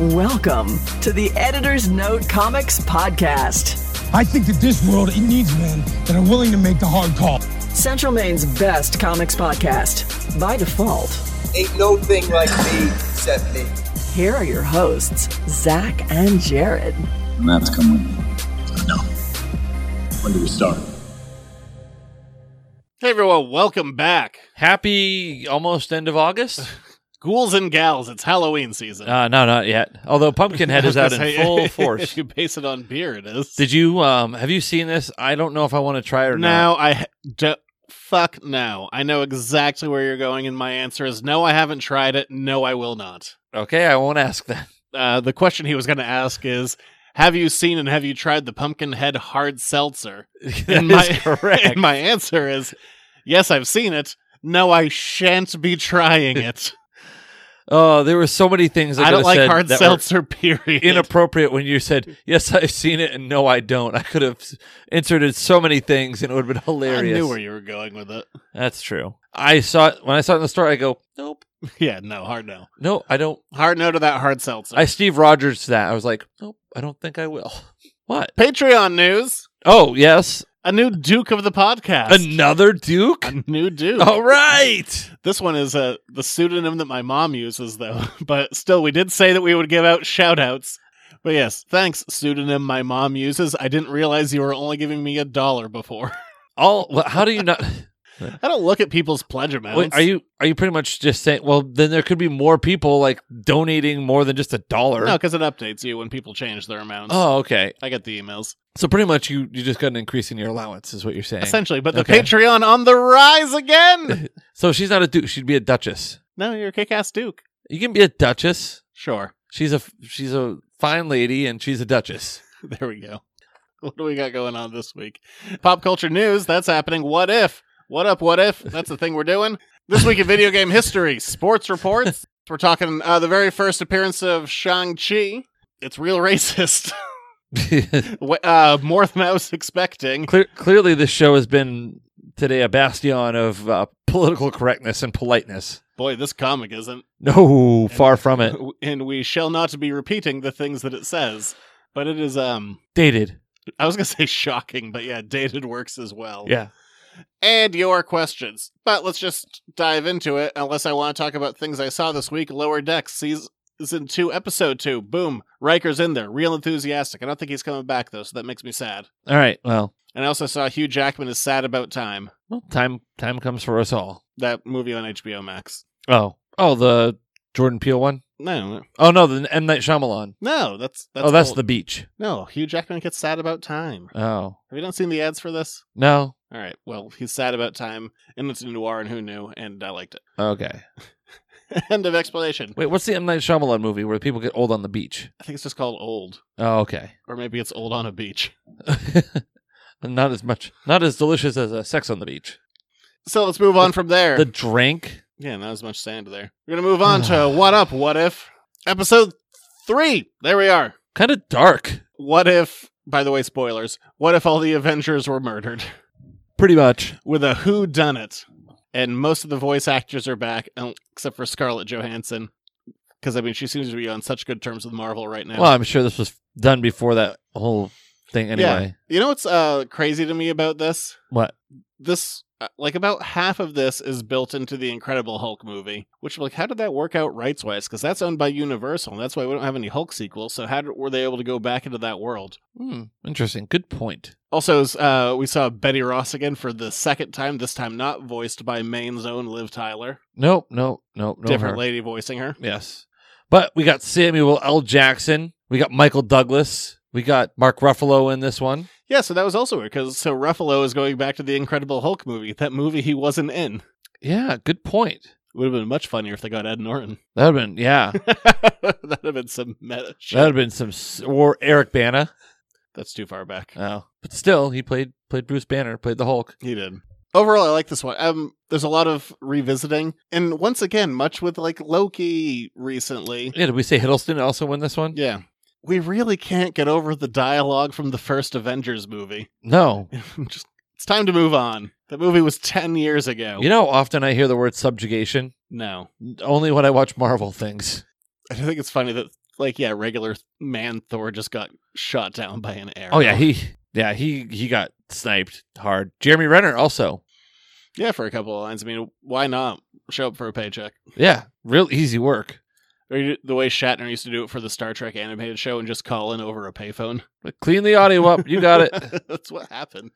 Welcome to the Editor's Note Comics Podcast, I think that this world it needs men that are willing to make the hard call. Central Maine's best comics podcast. By default, Ain't no thing like me, except me. here are your hosts, Zach and Jared. Maps come with me. No. When do we start? Hey everyone, welcome back. Happy almost end of August? Ghouls and gals, it's Halloween season. Uh, no, not yet. Although Pumpkinhead is out in Say, full if force. you base it on beer, it is. Did you um have you seen this? I don't know if I want to try or no, not. I ha- do- fuck no. I know exactly where you're going, and my answer is no. I haven't tried it. No, I will not. Okay, I won't ask that. Uh, the question he was going to ask is, have you seen and have you tried the Pumpkinhead hard seltzer? That my- is correct. And my answer is, yes, I've seen it. No, I shan't be trying it. oh, there were so many things I, I could don't have like said hard that were seltzer. Period. Inappropriate when you said yes, I've seen it, and no, I don't. I could have s- inserted so many things, and it would have been I hilarious. knew where you were going with it. That's true. I saw it when I saw it in the store. I go, nope, Yeah, no, hard no. no, I don't. Hard no to that hard seltzer. I Steve Rogers that. I was like, nope, I don't think I will. What? Patreon news. Oh yes, A new Duke of the podcast. another Duke. A new Duke. All right. This one is uh, the pseudonym that my mom uses, though. But still, we did say that we would give out shout outs. But yes, thanks, pseudonym my mom uses. I didn't realize you were only giving me a dollar before. All. well, How do you not? I don't look at people's pledge amounts. Wait, are you are you pretty much just saying? Well, then there could be more people like donating more than just a dollar. No, because it updates you when people change their amounts. Oh, okay. I get the emails. So pretty much you you just got an increase in your allowance, is what you're saying. Essentially, but the Okay. Patreon on the rise again. So she's not a duke. She'd be a duchess. no, you're a kick ass Duke. You can be a duchess. Sure. She's a she's a fine lady, and she's a duchess. There we go. What do we got going on this week? Pop culture news, that's happening. What if? What up, what if? That's the thing we're doing. This week in video game history, sports reports. We're talking uh, the very first appearance of Shang-Chi. It's real racist. Clear, Wh- uh, more than I was expecting. clearly, this show has been today a bastion of uh, political correctness and politeness. Boy, this comic isn't. No, far from it. And we shall not be repeating the things that it says. But it is, um, Dated. I was going to say shocking, but yeah, dated works as well. Yeah. and your questions. But let's just dive into it, unless I want to talk about things I saw this week. Lower Decks, season two, episode two. Boom. Riker's in there, real enthusiastic. I don't think he's coming back, though, so that makes me sad. All right. Well, And I also saw Hugh Jackman is sad about time, Well, time time comes for us all. that movie on HBO Max. Oh, oh, the Jordan Peele one. No, Oh no, the M Night Shyamalan. no, that's that's oh, that's old. the beach. no. Hugh Jackman gets sad about time. Oh Have you not seen the ads for this? no. All right, well, he's sad about time, and it's a noir, and who knew? And I liked it. Okay. End of explanation. Wait, what's the M Night Shyamalan movie where people get old on the beach? I think it's just called Old, Oh, okay. or maybe it's Old on a Beach. not as much, not as delicious as uh, Sex on the Beach. So let's move on from there. The drink. yeah, not as much sand there. We're gonna move on to what up, what if episode three. There we are. Kind of dark. What if? By the way, spoilers. What if all the Avengers were murdered Pretty much. with a who done it? And most of the voice actors are back, um, except for Scarlett Johansson, because I mean she seems to be on such good terms with Marvel right now. Well, I'm sure this was done before that whole thing. Anyway, you know what's uh, crazy to me about this? what? This uh, like about half of this is built into the Incredible Hulk movie, which like how did that work out rights wise? Because that's owned by Universal, and that's why we don't have any Hulk sequels. So how did, were they able to go back into that world? Hmm, interesting. Good point. Also, is, uh, we saw Betty Ross again for the second time. This time, not voiced by Maine's own Liv Tyler, Nope, nope, nope. no different Oh, her. lady voicing her. Yes. But we got Samuel L. Jackson. We got Michael Douglas. We got Mark Ruffalo in this one. Yeah, so that was also weird because so Ruffalo is going back to the Incredible Hulk movie, that movie he wasn't in. Yeah, good point. Would have been much funnier if they got Ed Norton. That would have been, yeah. that That'd have been some meta would shit. have been some, s- or Eric Bana. That's too far back. Oh. But still, he played played Bruce Banner, played the Hulk. He did. Overall, I like this one. Um, there's a lot of revisiting, and once again, much with like Loki recently. Yeah, did we say Hiddleston also win this one? Yeah, we really can't get over the dialogue from the first Avengers movie. No. Just it's time to move on. That movie was ten years ago. You know, often I hear the word subjugation no, only when I watch Marvel things. I think it's funny that like yeah, regular man Thor just got shot down by an arrow. Oh yeah, he yeah he he got sniped hard. Jeremy Renner also. yeah, for a couple of lines. I mean, why not show up for a paycheck? Yeah, real easy work. Or you- the way Shatner used to do it for the Star Trek animated show and just call in over a payphone. Clean the audio up. You got it. That's what happened.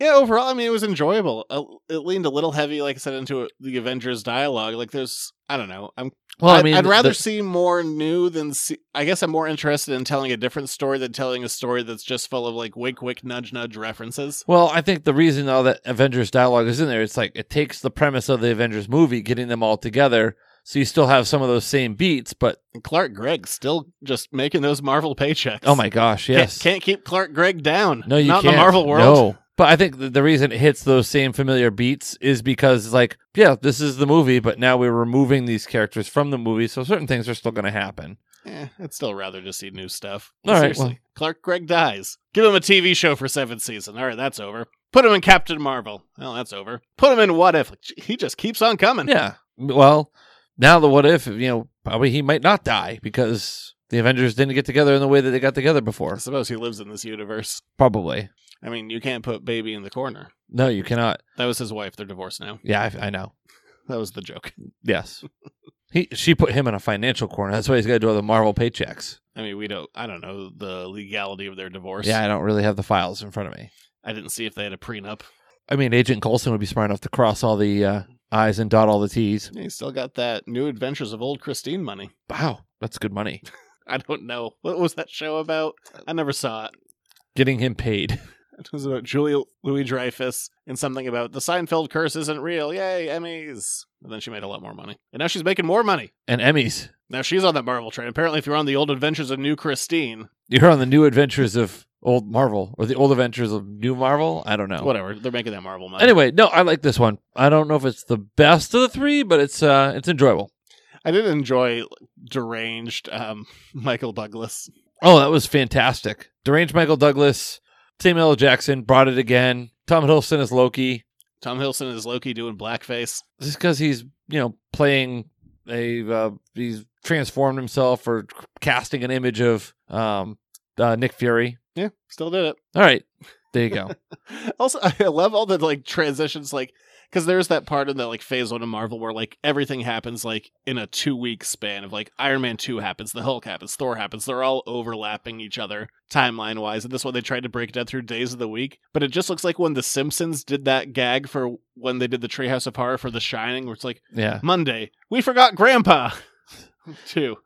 Yeah, overall, I mean, it was enjoyable. Uh, It leaned a little heavy, like I said, into the Avengers dialogue. Like, there's, I don't know. I'm, Well, I I'd- mean, I'd rather the- see more new than see. I guess I'm more interested in telling a different story than telling a story that's just full of like wink, wink, nudge, nudge references. Well, I think the reason all that Avengers dialogue is in there, it's like it takes the premise of the Avengers movie, getting them all together, so you still have some of those same beats. But And Clark Gregg still just making those Marvel paychecks. oh my gosh, Can't- yes, Can't, keep Clark Gregg down. no, you Not can't. in the Marvel world. No. But I think the, the reason it hits those same familiar beats is because, like, yeah, this is the movie, but now we're removing these characters from the movie, so certain things are still going to happen. Eh, I'd still rather just see new stuff. All right, Seriously. well- Clark Gregg dies. Give him a TV show for seventh season. All right, that's over. Put him in Captain Marvel. Well, that's over. Put him in What If. Like, gee, he just keeps on coming. Yeah. Well, now the what if, you know, probably he might not die because the Avengers didn't get together in the way that they got together I before. suppose he lives in this universe. Probably. I mean, you can't put Baby in the corner. No, you cannot. That was his wife. They're divorced now. Yeah, I, I know. That was the joke. Yes. He she put him in a financial corner. That's why he's got to do all the Marvel paychecks. I mean, we don't. I don't know the legality of their divorce. Yeah, I don't really have the files in front of me. I didn't see if they had a prenup. I mean, Agent Coulson would be smart enough to cross all the uh, I's and dot all the T's. Yeah, he's still got that New Adventures of Old Christine money. Wow, that's good money. I don't know what was that show about. I never saw it. Getting him paid. It was about Julia Louis Dreyfus and something about the Seinfeld curse isn't real. Yay, Emmys. And then she made a lot more money. And now she's making more money. And Emmys. Now she's on that Marvel train. Apparently, if you're on the old adventures of New Christine, You're on the new adventures of old Marvel or the old adventures of new Marvel. I don't know. whatever, they're making that Marvel money. Oh. Anyway, no, I like this one. I don't know if it's the best of the three, but it's uh it's enjoyable. I did enjoy deranged um, Michael Douglas. Oh, that was fantastic. Deranged Michael Douglas, Samuel L. Jackson brought it again. Tom Hiddleston is Loki. Tom Hiddleston is Loki doing blackface. Just because he's you know playing a uh, he's transformed himself or casting an image of um uh, Nick Fury. Yeah, still did it. All right, there you go. also i love all the like transitions like because there's that part in that like phase one of marvel where like everything happens like in a two week span of like iron man 2 happens the hulk happens thor happens they're all overlapping each other timeline wise and this one they tried to break it down through days of the week but it just looks like when the simpsons did that gag for when they did the treehouse of horror for the shining where it's like yeah, monday we forgot grandpa two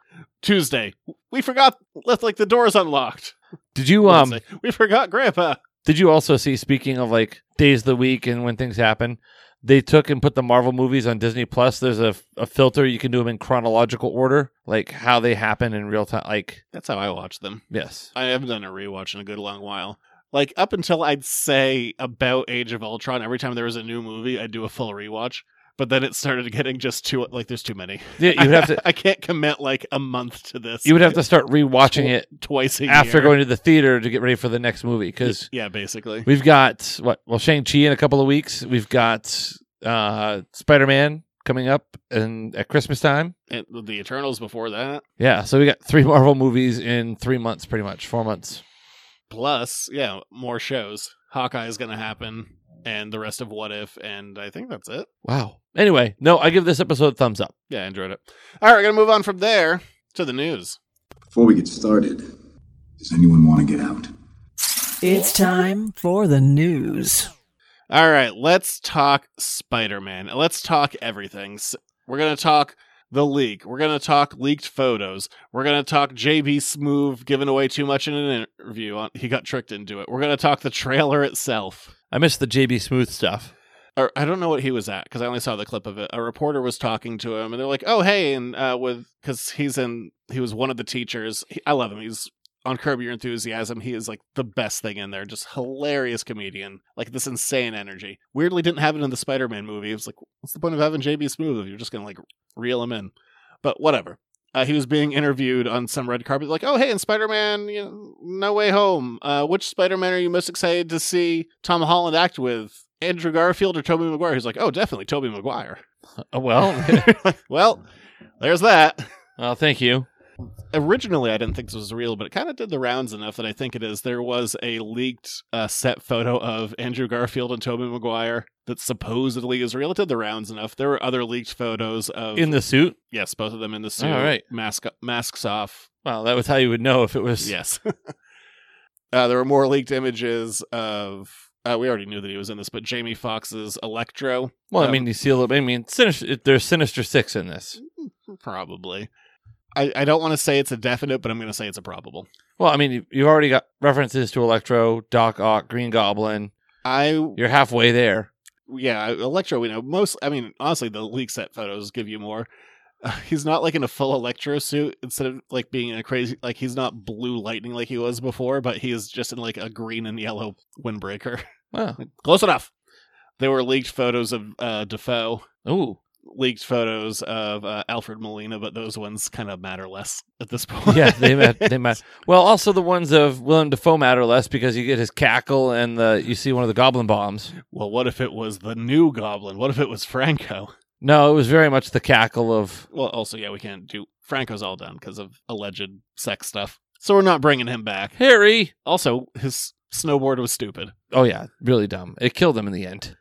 tuesday we forgot left like the doors unlocked did you um Wednesday, we forgot grandpa Did you also see, speaking of like days of the week and when things happen, they took and put the Marvel movies on Disney Plus. There's a, a filter you can do them in chronological order, like how they happen in real time. Like, that's how i watch them yes. I haven't done a rewatch in a good long while. Like up until I'd say about Age of Ultron, every time there was a new movie, I'd do a full rewatch. But then it started getting just too like there's too many. Yeah, you would have to I can't commit like a month to this. you would have to start rewatching it twice a year after going to the theater to get ready for the next movie because Yeah, basically. we've got what? Well, Shang Chi in a couple of weeks. We've got uh Spider Man coming up and at Christmas time. And the Eternals before that. Yeah, so we got three Marvel movies in three months, pretty much four months. Plus, yeah, more shows. Hawkeye is gonna happen, and the rest of What If, and I think that's it. Wow. Anyway, no, I give this episode a thumbs up. Yeah, I enjoyed it. All right, we're gonna move on from there to the news. Before we get started, does anyone want to get out? It's time for the news. All right, let's talk Spider Man. Let's talk everything. S- We're going to talk the leak. We're going to talk leaked photos. We're going to talk JB Smoove giving away too much in an interview. On, he got tricked into it. We're going to talk the trailer itself. I miss the JB Smooth stuff. Or, I don't know what he was at because I only saw the clip of it. A reporter was talking to him, and they're like, "Oh, hey," and uh, with because he's in, he was one of the teachers. He, I love him. He's on Curb Your Enthusiasm. He is like the best thing in there. Just hilarious comedian, like this insane energy. Weirdly, didn't have it in the Spider-Man movie. It was like, what's the point of having JB Smooth if you're just gonna like reel him in? But whatever. Uh, he was being interviewed on some red carpet, like, "Oh, hey, in Spider-Man, you know, No Way Home, uh, which Spider-Man are you most excited to see Tom Holland act with, Andrew Garfield or Tobey Maguire?" He's like, "Oh, definitely Tobey Maguire." Uh, well, well, there's that. well, thank you. originally I didn't think this was real, but it kind of did the rounds enough that I think it is. There was a leaked uh, set photo of Andrew Garfield and Tobey Maguire that supposedly is real. It did the rounds enough. There were other leaked photos of in the suit. yes, both of them in the suit, All right. mask masks off. Well, that was how you would know if it was. Yes, uh, there were more leaked images of. Uh, we already knew that he was in this, but Jamie Foxx's Electro, Well, I Um, mean, you see a little. I mean, sinister. There's sinister six in this. probably. I, I don't want to say it's a definite, but I'm going to say it's a probable. Well, I mean, you- you've already got references to Electro, Doc Ock, Green Goblin. I You're halfway there. yeah, Electro. We know most. I mean, honestly, the leak set photos give you more. Uh, he's not like in a full Electro suit instead of like being in a crazy like he's not blue lightning like he was before, but he is just in like a green and yellow windbreaker. Wow. Close enough. There were leaked photos of uh, Defoe, Ooh. leaked photos of uh, Alfred Molina, but those ones kind of matter less at this point. Yeah, they mat- they mat- Well, also the ones of Willem Dafoe matter less because you get his cackle and the you see one of the goblin bombs. well, what if it was the new Goblin? What if it was Franco? No, it was very much the cackle of Well, also, yeah, we can't do. Franco's all done because of alleged sex stuff. So we're not bringing him back. Harry. Also, his snowboard was stupid. Oh yeah, really dumb. It killed him in the end.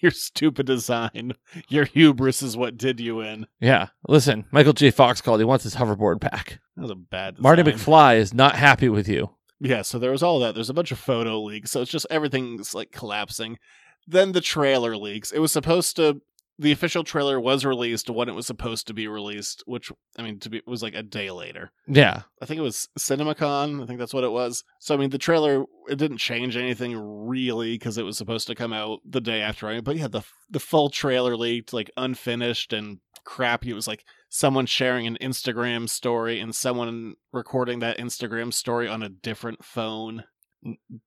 Your stupid design, your hubris is what did you in. Yeah. Listen, Michael J. Fox called. He wants his hoverboard back. That was a bad design. Marty McFly is not happy with you. Yeah, so there was all that. There's a bunch of photo leaks. So it's just everything's like collapsing. Then the trailer leaks. It was supposed to. The official trailer was released when it was supposed to be released, which, I mean, to be, it was like a day later. Yeah. I think it was CinemaCon. I think that's what it was. So I mean, the trailer it didn't change anything really because it was supposed to come out the day after. I But yeah, the the full trailer leaked, like unfinished and crappy. It was like someone sharing an Instagram story and someone recording that Instagram story on a different phone.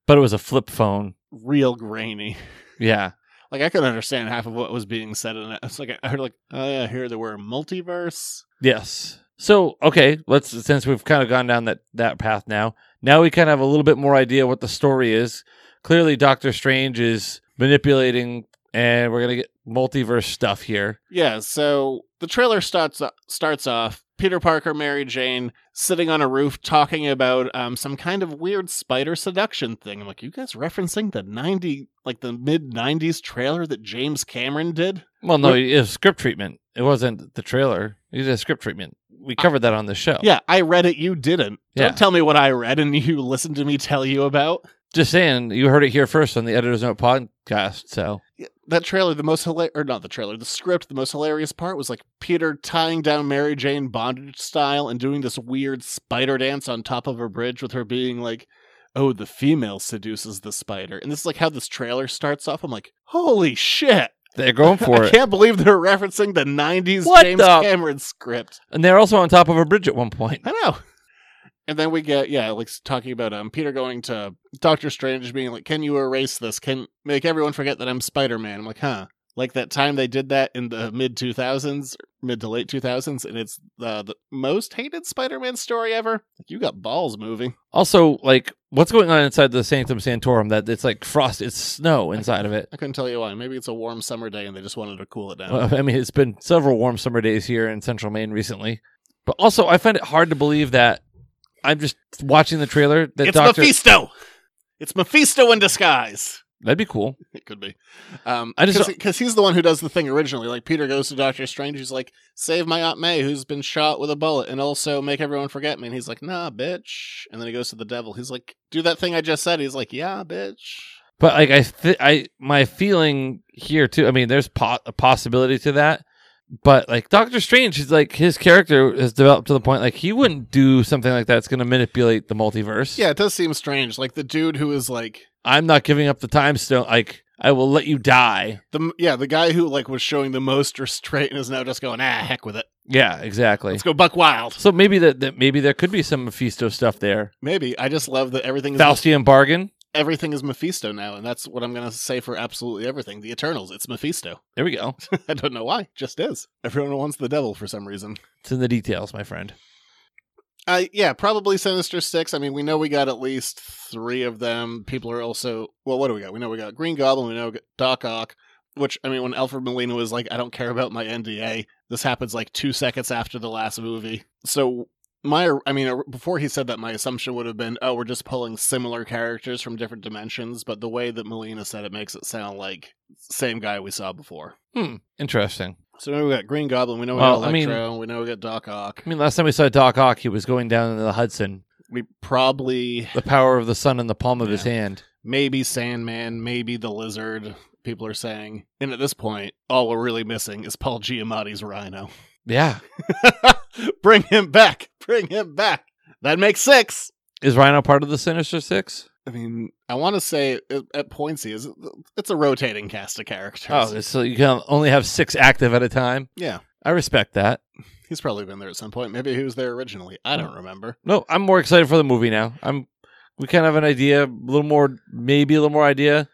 But it was a flip phone. Real grainy. Yeah. Like I couldn't understand half of what was being said, and it's like I heard like oh yeah, I hear the word multiverse. Yes. So okay, let's since we've kind of gone down that that path now. Now we kind of have a little bit more idea what the story is. Clearly, Doctor Strange is manipulating, and we're gonna get multiverse stuff here. Yeah, so the trailer starts uh, starts off Peter Parker, Mary Jane sitting on a roof talking about um, some kind of weird spider seduction thing. I'm like, you guys referencing the ninety like the mid '90s trailer that James Cameron did? Well, no, We're- it was script treatment. It wasn't the trailer. It was a script treatment. We covered that on the show. Yeah, I read it. You didn't. Oh. Yeah. Don't tell me what I read and you listened to me tell you about. Just saying, you heard it here first on the Editor's Note podcast. So that trailer, the most hilarious, or not the trailer, the script, the most hilarious part was like Peter tying down Mary Jane bondage style and doing this weird spider dance on top of a bridge with her being like, oh, the female seduces the spider. And this is like how this trailer starts off. I'm like, holy shit. they're going for I it, can't believe they're referencing the 90s What James the- Cameron script. and they're also on top of a bridge at one point. I know. And then we get yeah, like talking about um Peter going to Doctor Strange being like, "Can you erase this? Can make everyone forget that I'm Spider Man?" I'm like, "Huh." Like that time they did that in the mid 2000s, mid to late 2000s, and it's uh, the most hated Spider Man story ever. Like, you got balls, movie. Also, like, what's going on inside the Sanctum Sanctorum? That it's like frost, it's snow inside of it. I couldn't tell you why. Maybe it's a warm summer day and they just wanted to cool it down. Well, I mean, it's been several warm summer days here in central Maine recently. But also, I find it hard to believe that I'm just watching the trailer. That it's Doctor, Mephisto. It's Mephisto in disguise. that'd be cool. It could be. Um, I just because he's the one who does the thing originally. Like Peter goes to Doctor Strange, he's like, "Save my Aunt May, who's been shot with a bullet, and also make everyone forget me." And he's like, "Nah, bitch." And then he goes to the devil. He's like, "Do that thing I just said." He's like, "Yeah, bitch." But like, I, th- I, my feeling here too. I mean, there's po- a possibility to that. But like Doctor Strange, is like his character has developed to the point like he wouldn't do something like that. It's going to manipulate the multiverse. Yeah, it does seem strange. Like the dude who is like I'm not giving up the time stone. Like I will let you die. the yeah the guy who like was showing the most restraint and is now just going, "Ah, heck with it. Yeah, exactly. Let's go buck wild." So maybe that, that maybe there could be some Mephisto stuff there. Maybe I just love that everything is Faustian bargain. everything is Mephisto now, and that's what I'm gonna say for absolutely everything. The Eternals, it's Mephisto. There we go. I don't know why. Just is. Everyone wants the devil for some reason. It's in the details, my friend. Uh, yeah, probably Sinister Six. I mean, we know we got at least three of them. People are also well. What do we got? We know we got Green Goblin. We know we got Doc Ock. Which I mean, when Alfred Molina was like, "I don't care about my NDA," this happens like two seconds after the last movie. So my, I mean, uh, before he said that, my assumption would have been, "Oh, we're just pulling similar characters from different dimensions." But the way that Molina said it makes it sound like same guy we saw before. Hmm. Interesting. So now we got Green Goblin. We know we Well, got I mean- Electro. we know we got Doc Ock. I mean, last time we saw Doc Ock, he was going down into the Hudson. We probably The power of the sun in the palm of his Yeah. hand. maybe Sandman, maybe the Lizard. People are saying, and at this point, all we're really missing is Paul Giamatti's Rhino. Yeah. Bring him back. Bring him back. That makes six. Is Rhino part of the Sinister Six? I mean, I want to say at- at Pointsy is it's a rotating cast of characters. Oh, it's- so you can only have six active at a time. yeah, I respect that. he's probably been there at some point. Maybe he was there originally. I don't remember. No, I'm more excited for the movie now. I'm. We kind of have an idea, a little more, maybe a little more idea.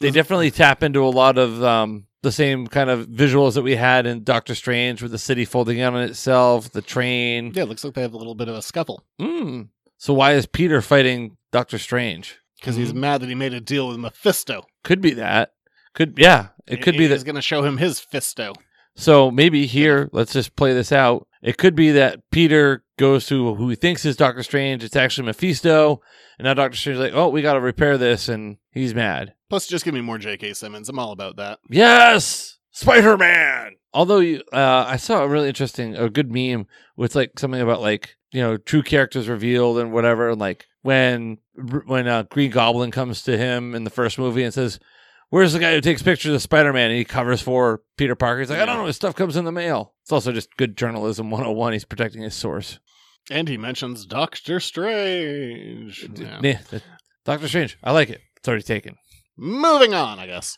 They definitely tap into a lot of um, the same kind of visuals that we had in Doctor Strange, with the city folding in on itself, the train. Yeah, it looks like they have a little bit of a scuffle Mm. So why is Peter fighting Doctor Strange? because he's mad that he made a deal with Mephisto. Could be that. Could yeah, it could be that's that. going to show him his Fisto. So maybe here, let's just play this out. It could be that Peter goes to who he thinks is Doctor Strange. It's actually Mephisto, and now Doctor Strange's like, "Oh, we got to repair this," and he's mad. Plus, just give me more J.K. Simmons. I'm all about that. Yes, Spider Man. Although you, uh, I saw a really interesting, a good meme with like something about like you know true characters revealed and whatever, and like when when uh, Green Goblin comes to him in the first movie and says, "Where's the guy who takes pictures of Spider Man?" and he covers for Peter Parker. He's like, "I don't know, his stuff comes in the mail." It's also just good journalism 101. He's protecting his source. And he mentions Doctor Strange. Yeah. Nah, that- Doctor Strange, I like it. It's already taken. Moving on, I guess.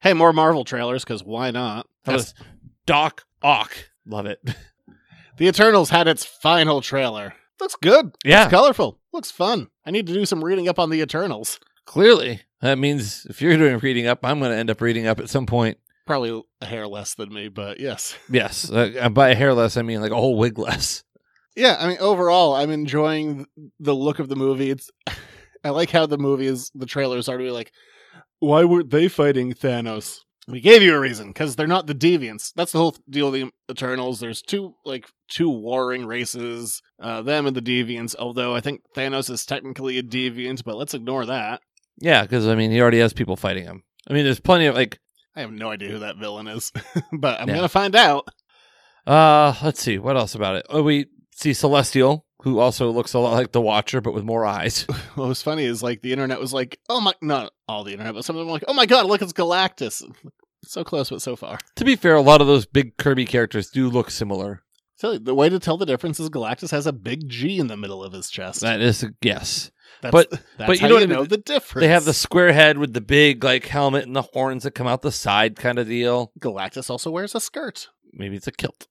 Hey, more Marvel trailers because why not? How about Yes. this? Doc Ock, love it. The Eternals had its final trailer. Looks good. yeah, It's colorful. Looks fun. I need to do some reading up on the Eternals. Clearly, that means if you're doing reading up, I'm going to end up reading up at some point. Probably a hair less than me, but yes. Yes, uh, by a hair less, I mean like a whole wig less. Yeah, I mean, overall, I'm enjoying the look of the movie. It's I like how the movie is, the trailers are to be like, why weren't they fighting Thanos? We gave you a reason because they're not the deviants. That's the whole deal of the Eternals. There's two like two warring races, uh, them and the deviants. Although I think Thanos is technically a deviant, but let's ignore that. Yeah, because I mean, he already has people fighting him. I mean, there's plenty of like, I have no idea who that villain is, but I'm Yeah. gonna find out. uh, let's see, what else about it? Oh, we see Celestial, who also looks a lot like the Watcher, but with more eyes. What was funny is like the internet was like, oh my, not all the internet, but some of them were like, oh my god, look, it's Galactus. So close, but so far. to be fair, a lot of those big Kirby characters do look similar. So the way to tell the difference is Galactus has a big G in the middle of his chest. That is a guess. that's, but- that's but you how don't you even- know the difference. They have the square head with the big like helmet and the horns that come out the side kind of deal. Galactus also wears a skirt, Maybe it's a kilt.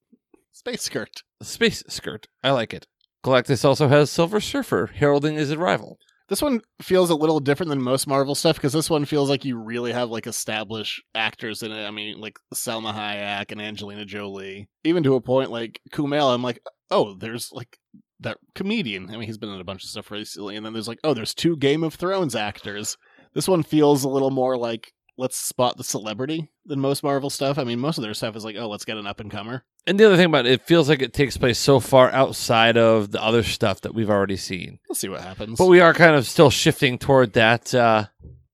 space skirt. space skirt. I like it. Galactus also has Silver Surfer heralding his arrival. This one feels a little different than most Marvel stuff because this one feels like you really have like established actors in it. I mean, like Selma Hayek and Angelina Jolie, even to a point like Kumail. I'm like, oh, there's like that comedian. I mean, he's been in a bunch of stuff recently, and then there's like, oh, there's two Game of Thrones actors. This one feels a little more like let's spot the celebrity than most Marvel stuff. I mean, most of their stuff is like, oh, let's get an up and comer. And the other thing about it, it feels like it takes place so far outside of the other stuff that we've already seen. Let's see what happens. But we are kind of still shifting toward that uh,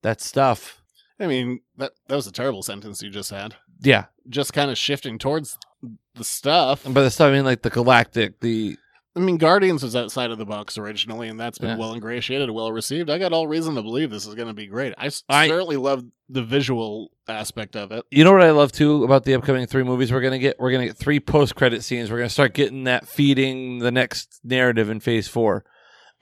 that stuff. I mean, that that was a terrible sentence you just had. Yeah, Just kind of shifting towards the stuff. and by the stuff I mean like the galactic, the I mean, Guardians was outside of the box originally, and that's been Yeah. well ingratiated, well received. I got all reason to believe this is going to be great. I, s- I- certainly love the visual aspect of it. you know what I love too about the upcoming three movies we're gonna get. We're gonna get three post credit scenes. We're gonna start getting that feeding the next narrative in Phase Four.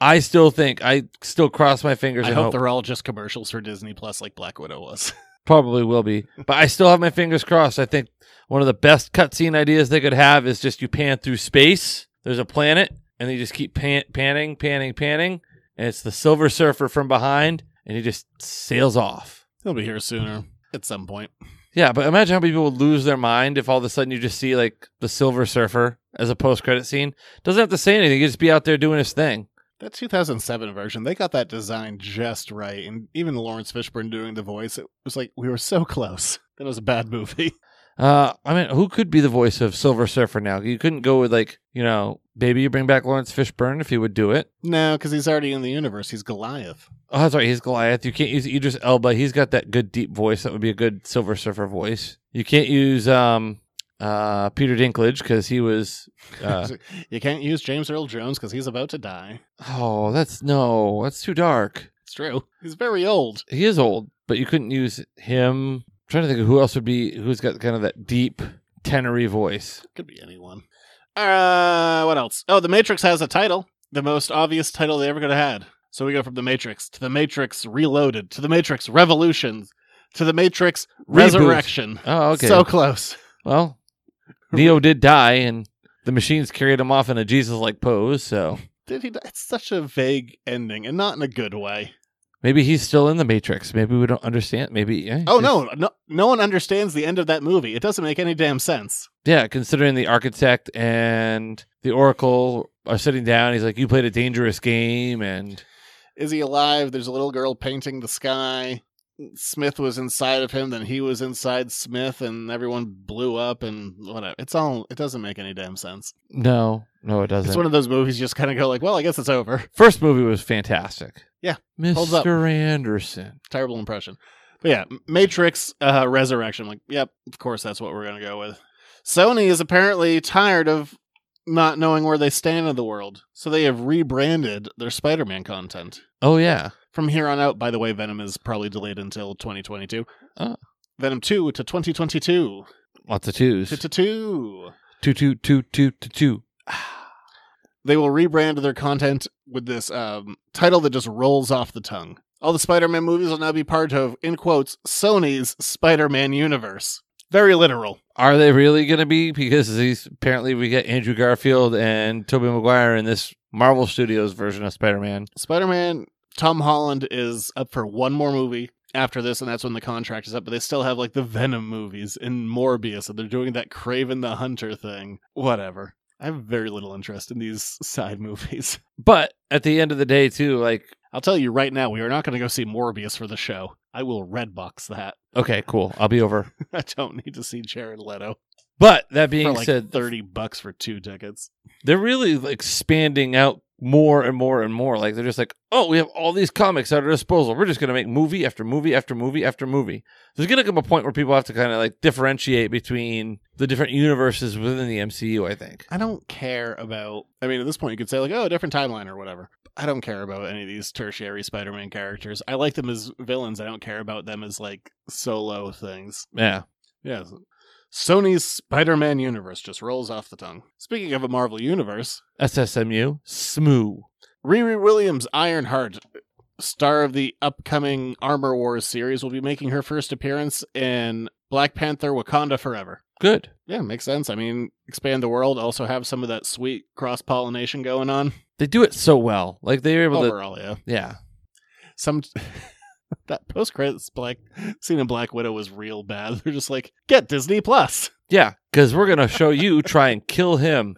I still think I still cross my fingers. I and hope they're all just commercials for Disney Plus, like Black Widow was. Probably will be, but I still have my fingers crossed. I think one of the best cutscene ideas they could have is just you pan through space. There's a planet, and they just keep pan- panning, panning, panning, and it's the Silver Surfer from behind, and he just sails off. He'll be here sooner at some point. Yeah, but imagine how many people would lose their mind if all of a sudden you just see like the Silver Surfer as a post-credit scene. Doesn't have to say anything; he just be out there doing his thing. That 2007 version, they got that design just right, and even Lawrence Fishburne doing the voice, it was like we were so close. Then it was a bad movie. Uh, I mean, who could be the voice of Silver Surfer now? You couldn't go with like, you know, maybe you bring back Lawrence Fishburne if he would do it. No, because he's already in the universe. He's Goliath. Oh, that's right. He's Goliath. You can't use Idris Elba. He's got that good deep voice. That would be a good Silver Surfer voice. You can't use um uh Peter Dinklage because he was. Uh, you can't use James Earl Jones because he's about to die. oh, that's no, that's too dark. It's true. He's very old. He is old, but you couldn't use him. I'm trying to think of who else would be who's got kind of that deep tenory voice. Could be anyone. Uh, what else? Oh, The Matrix has a title. The most obvious title they ever could have had. So we go from The Matrix to The Matrix Reloaded to The Matrix Revolutions to The Matrix Resurrection. Oh, okay. So close. well, Neo did die, and the machines carried him off in a Jesus-like pose. So Did he? die? It's such a vague ending, and not in a good way. maybe he's still in the Matrix. Maybe we don't understand. Maybe yeah, Oh he's- no, no, no one understands the end of that movie. It doesn't make any damn sense. Yeah, considering the architect and the oracle are sitting down, he's like, "You played a dangerous game," and Is he alive? There's a little girl painting the sky. Smith was inside of him, then he was inside Smith, and everyone blew up and whatever. It's all. It doesn't make any damn sense. no, no, it It's doesn't. one of those movies you just kind of go like, well, I guess it's over. First movie was fantastic. Yeah, holds up. Mr. Anderson. Terrible impression. But yeah, M- Matrix uh, Resurrection. Like, yep, of course that's what we're gonna go with. Sony is apparently tired of not knowing where they stand in the world, so they have rebranded their Spider-Man content. Oh yeah, From here on out, by the way, Venom is probably delayed until 2022. Ah. Venom 2 to 2022. lots of twos. To to two. Two, two, two, two, two, two. They will rebrand their content with this um, title that just rolls off the tongue. All the Spider-Man movies will now be part of, in quotes, Sony's Spider-Man universe. Very literal. Are they really going to be? Because these apparently we get Andrew Garfield and Tobey Maguire in this Marvel Studios version of Spider-Man. Spider-Man Tom Holland is up for one more movie after this, and that's when the contract is up. But they still have like the Venom movies and Morbius, and they're doing that Craven the Hunter thing. Whatever. I have very little interest in these side movies. But at the end of the day, too, like I'll tell you right now, we are not going to go see Morbius for the show. I will redbox that. okay, cool, I'll be over. I don't need to see Jared Leto But that being for like said, thirty bucks for two tickets. they're really like expanding out more and more and more. Like they're just like, oh, we have all these comics at our disposal. We're just gonna make movie after movie after movie after movie. There's gonna come a point where people have to kind of like differentiate between the different universes within the MCU. I think. I don't care about. I mean, at this point, you could say like, "Oh, different timeline or whatever." I don't care about any of these tertiary Spider-Man characters. I like them as villains. I don't care about them as like solo things. Yeah. Yeah. Sony's Spider-Man universe just rolls off the tongue. Speaking of a Marvel universe, SSMU. SMU. Riri Williams Ironheart, star of the upcoming Armor Wars series, will be making her first appearance in Black Panther: Wakanda Forever. Good. Yeah, makes sense. I mean, expand the world, also have some of that sweet cross pollination going on They do it so well. Like they were able to. overall. Yeah, Yeah. some that post credits black scene in Black Widow was real bad. They're just like, get Disney Plus. Yeah. Because we're gonna show you try and kill him.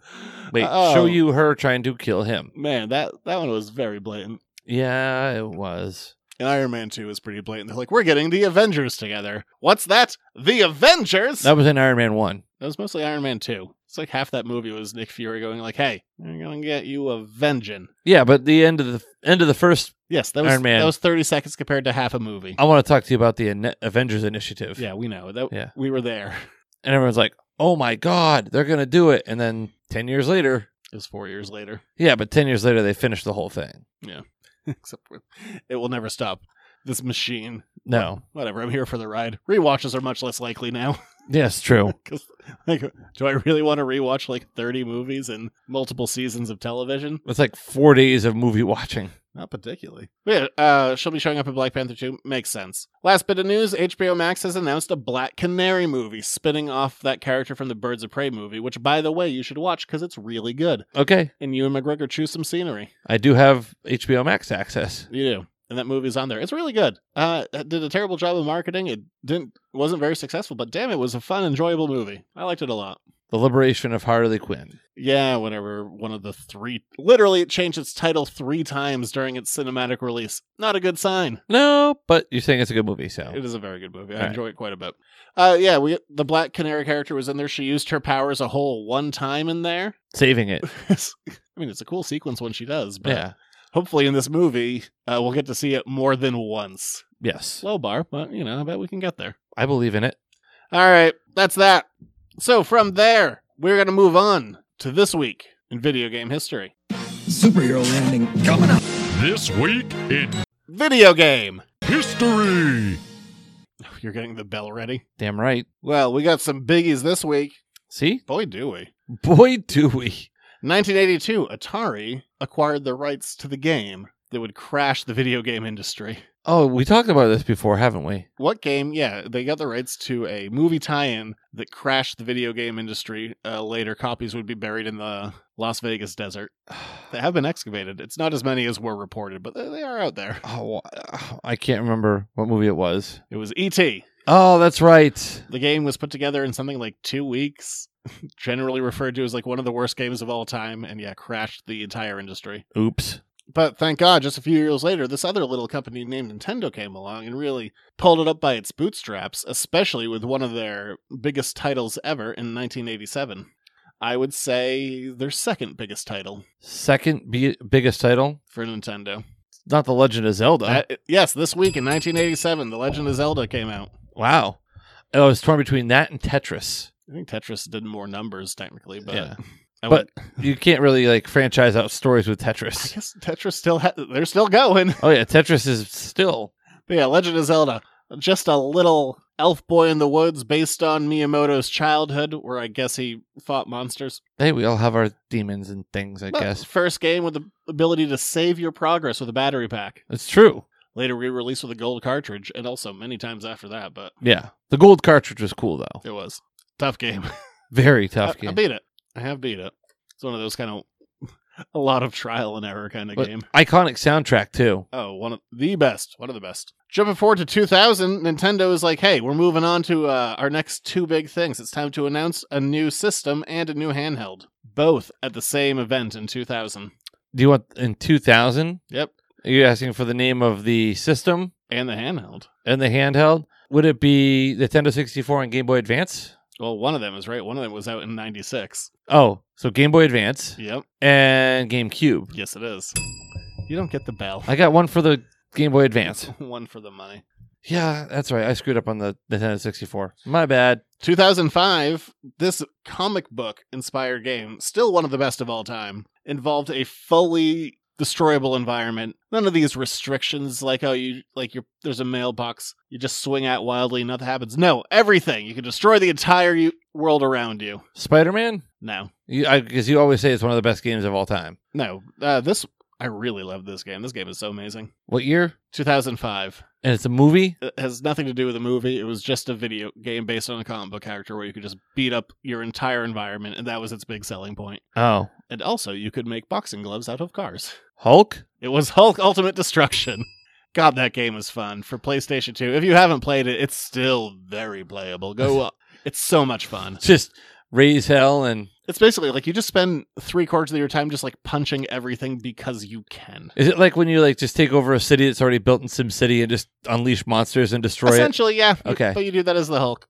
Wait. Oh. Show you her trying to kill him. Man, that that one was very blatant. Yeah, it was. And Iron Man Two is pretty blatant. They're like, we're getting the Avengers together. What's that? The Avengers. That was in Iron Man one. That was mostly Iron Man 2. It's like half that movie was Nick Fury going like, "Hey, I'm gonna get you a vengeance." Yeah, but the end of the end of the first Yes, that was Iron Man. that was 30 seconds compared to half a movie. I want to talk to you about the Ine- Avengers Initiative. Yeah, we know that. Yeah. we were there. And everyone's like, oh my God, they're going to do it. And then 10 years later, It was four years later. yeah, but 10 years later, they finished the whole thing. Except for, it will never stop. This machine. No. Whatever. I'm here for the ride. Rewatches are much less likely now. Yes, true. Because like, do I really want to rewatch like 30 movies and multiple seasons of television? It's like four days of movie watching. Not particularly. But yeah, uh, she'll be showing up in Black Panther 2. Makes sense. Last bit of news HBO Max has announced a Black Canary movie, spinning off that character from the Birds of Prey movie, which, by the way, you should watch because it's really good. Okay. And you and McGregor choose some scenery. I do have HBO Max access. You do. And that movie's on there. It's really good. Uh, it did a terrible job of marketing. It didn't wasn't very successful, but damn, it was a fun, enjoyable movie. I liked it a lot. The Liberation of Harley Quinn. Yeah, whatever. One of the three. Literally, it changed its title three times during its cinematic release. Not a good sign. No, but you're saying it's a good movie, so It is a very good movie. I Alright. enjoy it quite a bit. Uh, yeah, we the Black Canary character was in there. She used her powers a whole one time in there. saving it. I mean, it's a cool sequence when she does, but Yeah. hopefully in this movie, uh, we'll get to see it more than once. Yes. Low bar, but you know, I bet we can get there. I believe in it. All right, that's that. So from there, we're going to move on to this week in video game history. Superhero landing coming up. This week in Video game. history. You're getting the bell ready. Damn right. Well, we got some biggies this week. See? Boy, do we. Boy, do we. 1982, Atari acquired the rights to the game that would crash the video game industry. Oh, we talked about this before, haven't we? What game? Yeah, they got the rights to a movie tie-in that crashed the video game industry. Uh, later, copies would be buried in the Las Vegas desert. They have been excavated. It's not as many as were reported, but they they are out there. Oh, uh, I can't remember what movie it was. It was E.T. Oh, that's right. The game was put together in something like two weeks, generally referred to as like one of the worst games of all time, and yeah, crashed the entire industry. Oops. But thank God, just a few years later, this other little company named Nintendo came along and really pulled it up by its bootstraps, especially with one of their biggest titles ever in 1987. I would say their second biggest title Second bi- biggest title? for Nintendo. Not The Legend of Zelda. That- yes, this week in 1987, The Legend of Zelda came out. wow. I was Oh, torn between that and Tetris. I think Tetris did more numbers technically, but Yeah. I But would- you can't really like franchise out stories with I Tetris. guess Tetris still ha- they're still going. Oh yeah, Tetris is still But yeah, Legend of Zelda. Just a little elf boy in the woods based on Miyamoto's childhood, where I guess he fought monsters. Hey, we all have our demons and things, I But guess. First game with the ability to save your progress with a battery pack. It's true. Later re released with a gold cartridge, and also many times after that, but Yeah. The gold cartridge was cool though. it was. Tough game. Very I, tough Uh, I game. beat it. I have beat it. It's one of those kind of a lot of trial and error kind of But game. iconic soundtrack too. Oh, one of the best. One of the best. Jumping forward to 2000, Nintendo is like, hey, we're moving on to uh, our next two big things. It's time to announce a new system and a new handheld, both at the same event in 2000. Do you want in two thousand? Yep. Are you asking for the name of the system And the handheld. and the handheld? Would it be Nintendo sixty four and Game Boy Advance? Well, one of them is right. One of them was out in 96. Oh, so Game Boy Advance Yep. and GameCube. Yes, it is. You don't get the bell. I got one for the Game Boy Advance. one for the money. Yeah, that's right. I screwed up on the Nintendo sixty four. My bad. 2005, this comic book inspired game, still one of the best of all time, involved a fully destroyable environment. None of these restrictions like oh you like you there's a mailbox, you just swing out wildly, nothing happens. No, everything. You can destroy the entire u- world around you. Spider Man? No. Because you always say it's one of the best games of all time. No. Uh, this I really love this game. This game is so amazing. What year? 2005. And it's a movie. It has nothing to do with the movie. It was just a video game based on a comic book character where you could just beat up your entire environment and that was its big selling point. Oh, And also, you could make boxing gloves out of cars. Hulk? It was Hulk Ultimate Destruction. God, that game was fun for PlayStation 2. If you haven't played it, it's still very playable. Go up. It's so much fun. Just raise hell and It's basically like you just spend three quarters of your time just like punching everything because you can. is it like when you like just take over a city that's already built in Sim City and just unleash monsters and destroy it? Essentially, yeah. Okay. But you do that as the Hulk.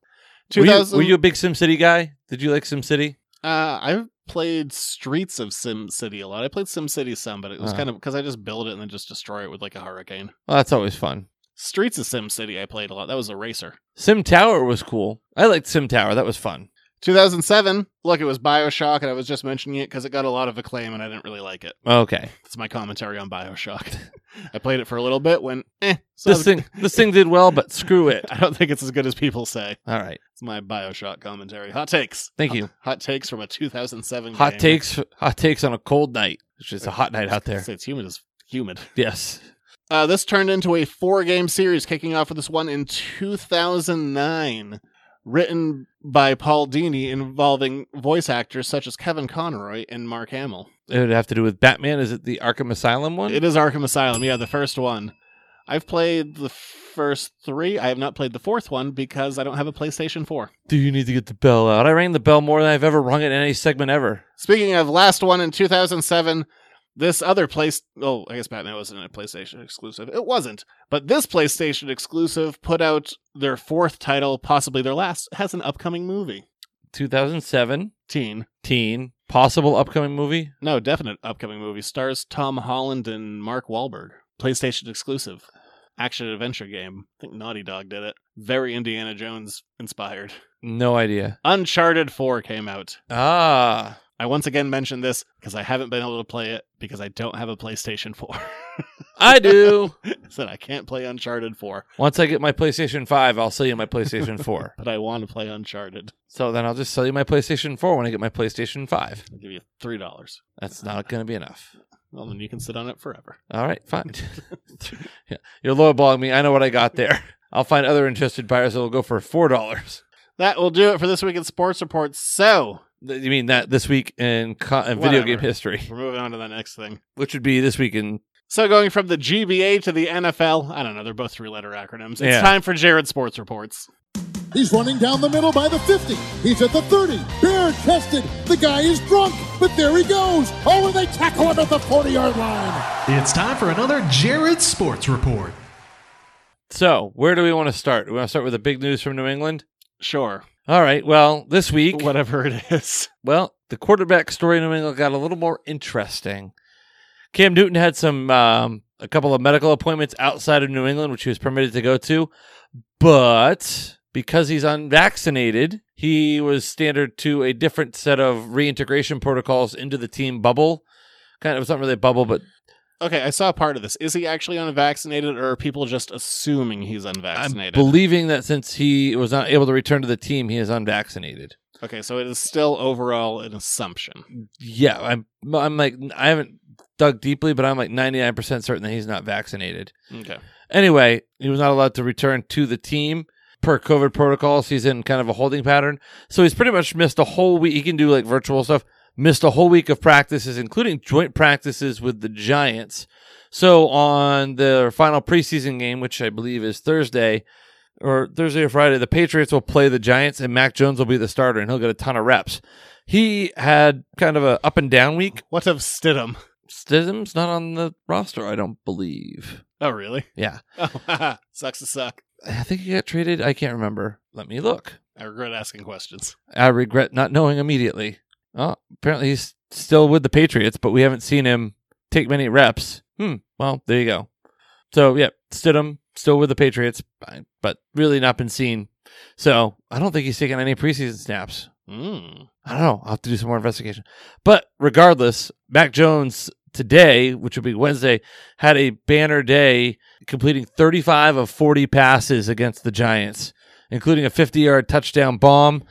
Were you, 2000. were you a big Sim City guy? Did you like Sim City? Uh, I've played Streets of Sim City a lot. I played Sim City some, but it was Uh. kind of because I just build it and then just destroy it with like a hurricane. Well, that's always fun. Streets of Sim City, I played a lot. That was a racer. Sim Tower was cool. I liked Sim Tower. That was fun. 2007. Look, it was Bioshock, and I was just mentioning it because it got a lot of acclaim, and I didn't really like it. Okay. That's my commentary on Bioshock. I played it for a little bit, went, eh. So This thing this thing did well, but screw it. I don't think it's as good as people say. All right. It's my Bioshock commentary. Hot takes. Thank you. Hot takes from a 2007 Hot game. takes hot takes on a cold night. It's just a hot night out there. Say It's humid as humid. Yes. Uh, this turned into a four game series, kicking off with this one in 2009, written by Paul Dini, involving voice actors such as Kevin Conroy and Mark Hamill. It would have to do with Batman. Is it the Arkham Asylum one? It is Arkham Asylum, yeah, the first one. I've played the first three. I have not played the fourth one because I don't have a PlayStation 4. Do you need to get the bell out? I rang the bell more than I've ever rung it in any segment ever. Speaking of last one in 2007, this other place. Oh, I guess Batman wasn't a PlayStation exclusive. It wasn't. But this PlayStation exclusive put out their fourth title, possibly their last, has an upcoming movie. 2007 Teen. teen possible upcoming movie. No, definite upcoming movie. Stars Tom Holland and Mark Wahlberg. PlayStation exclusive. Action adventure game. I think Naughty Dog did it. Very Indiana Jones inspired. No idea. Uncharted 4 came out. Ah, I once again mentioned this because I haven't been able to play it because I don't have a PlayStation 4. I do. Said I can't play Uncharted 4, Once I get my PlayStation 5, I'll sell you my PlayStation 4. but I want to play Uncharted. So then I'll just sell you my PlayStation 4 when I get my PlayStation 5. I'll give you three dollars. That's not going to be enough. Well, then you can sit on it forever. All right, fine. yeah, you're lowballing me. I know what I got there. I'll find other interested buyers that will go for four dollars. That will do it for this week in sports report. So You mean that this week in, co- in video game Whatever. history, we're moving on to the next thing. which would be this week in So going from the GBA to the NFL, I don't know. They're both three-letter acronyms. It's Yeah. time for Jared Sports Reports. He's running down the middle by the 50. He's at the 30. Bare chested. The guy is drunk, but there he goes. Oh, and they tackle him at the 40 yard line. It's time for another Jared Sports Report. So, where do we want to start? We want to start with the big news from New England. Sure, All right. Well, this week, whatever it is. well, the quarterback story in New England got a little more interesting. Cam Newton had some um, a couple of medical appointments outside of New England, which he was permitted to go to, but because he's unvaccinated, he was standard to a different set of reintegration protocols into the team bubble. Kind of, it's not really a bubble, but Okay, I saw part of this. Is he actually unvaccinated, or are people just assuming he's I'm unvaccinated? believing that since he was not able to return to the team, he is unvaccinated. okay, so it is still overall an assumption. yeah, I'm I'm like I haven't dug deeply, but I'm like 99% certain that he's not vaccinated. Okay, Anyway, he was not allowed to return to the team per COVID protocols. He's in kind of a holding pattern, so he's pretty much missed a whole week. He can do like virtual stuff. Missed a whole week of practices, including joint practices with the Giants. So on their final preseason game, which I believe is Thursday or Thursday or Friday, the Patriots will play the Giants, and Mac Jones will be the starter, and he'll get a ton of reps. He had kind of a up and down week. what of Stidham? Stidham's not on the roster, I don't believe. Oh, really? Yeah. Oh, sucks to suck. I think he got traded. I can't remember. Let me look. I regret asking questions. I regret not knowing immediately. Oh, apparently he's still with the Patriots, but we haven't seen him take many reps. Hmm. Well, there you go. So yeah, Stidham still with the Patriots, but really not been seen. So I don't think he's taken any preseason snaps. Hmm, Mm. I don't know. I'll have to do some more investigation. But regardless, Mac Jones today, which will be Wednesday, had a banner day, completing 35 of 40 passes against the Giants, including a 50 yard touchdown bomb.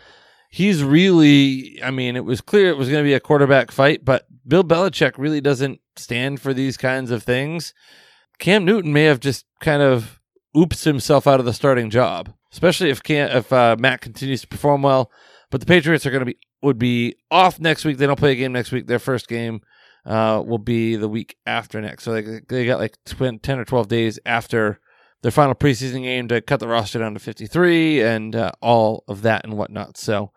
He's really, I mean, it was clear it was going to be a quarterback fight, but Bill Belichick really doesn't stand for these kinds of things. Cam Newton may have just kind of oops himself out of the starting job, especially if Cam, if uh, Matt continues to perform well. But the Patriots are going to be would be off next week. They don't play a game next week. Their first game uh, will be the week after next. So they they got like tw- ten or twelve days after their final preseason game to cut the roster down to fifty three and uh, all of that and whatnot. So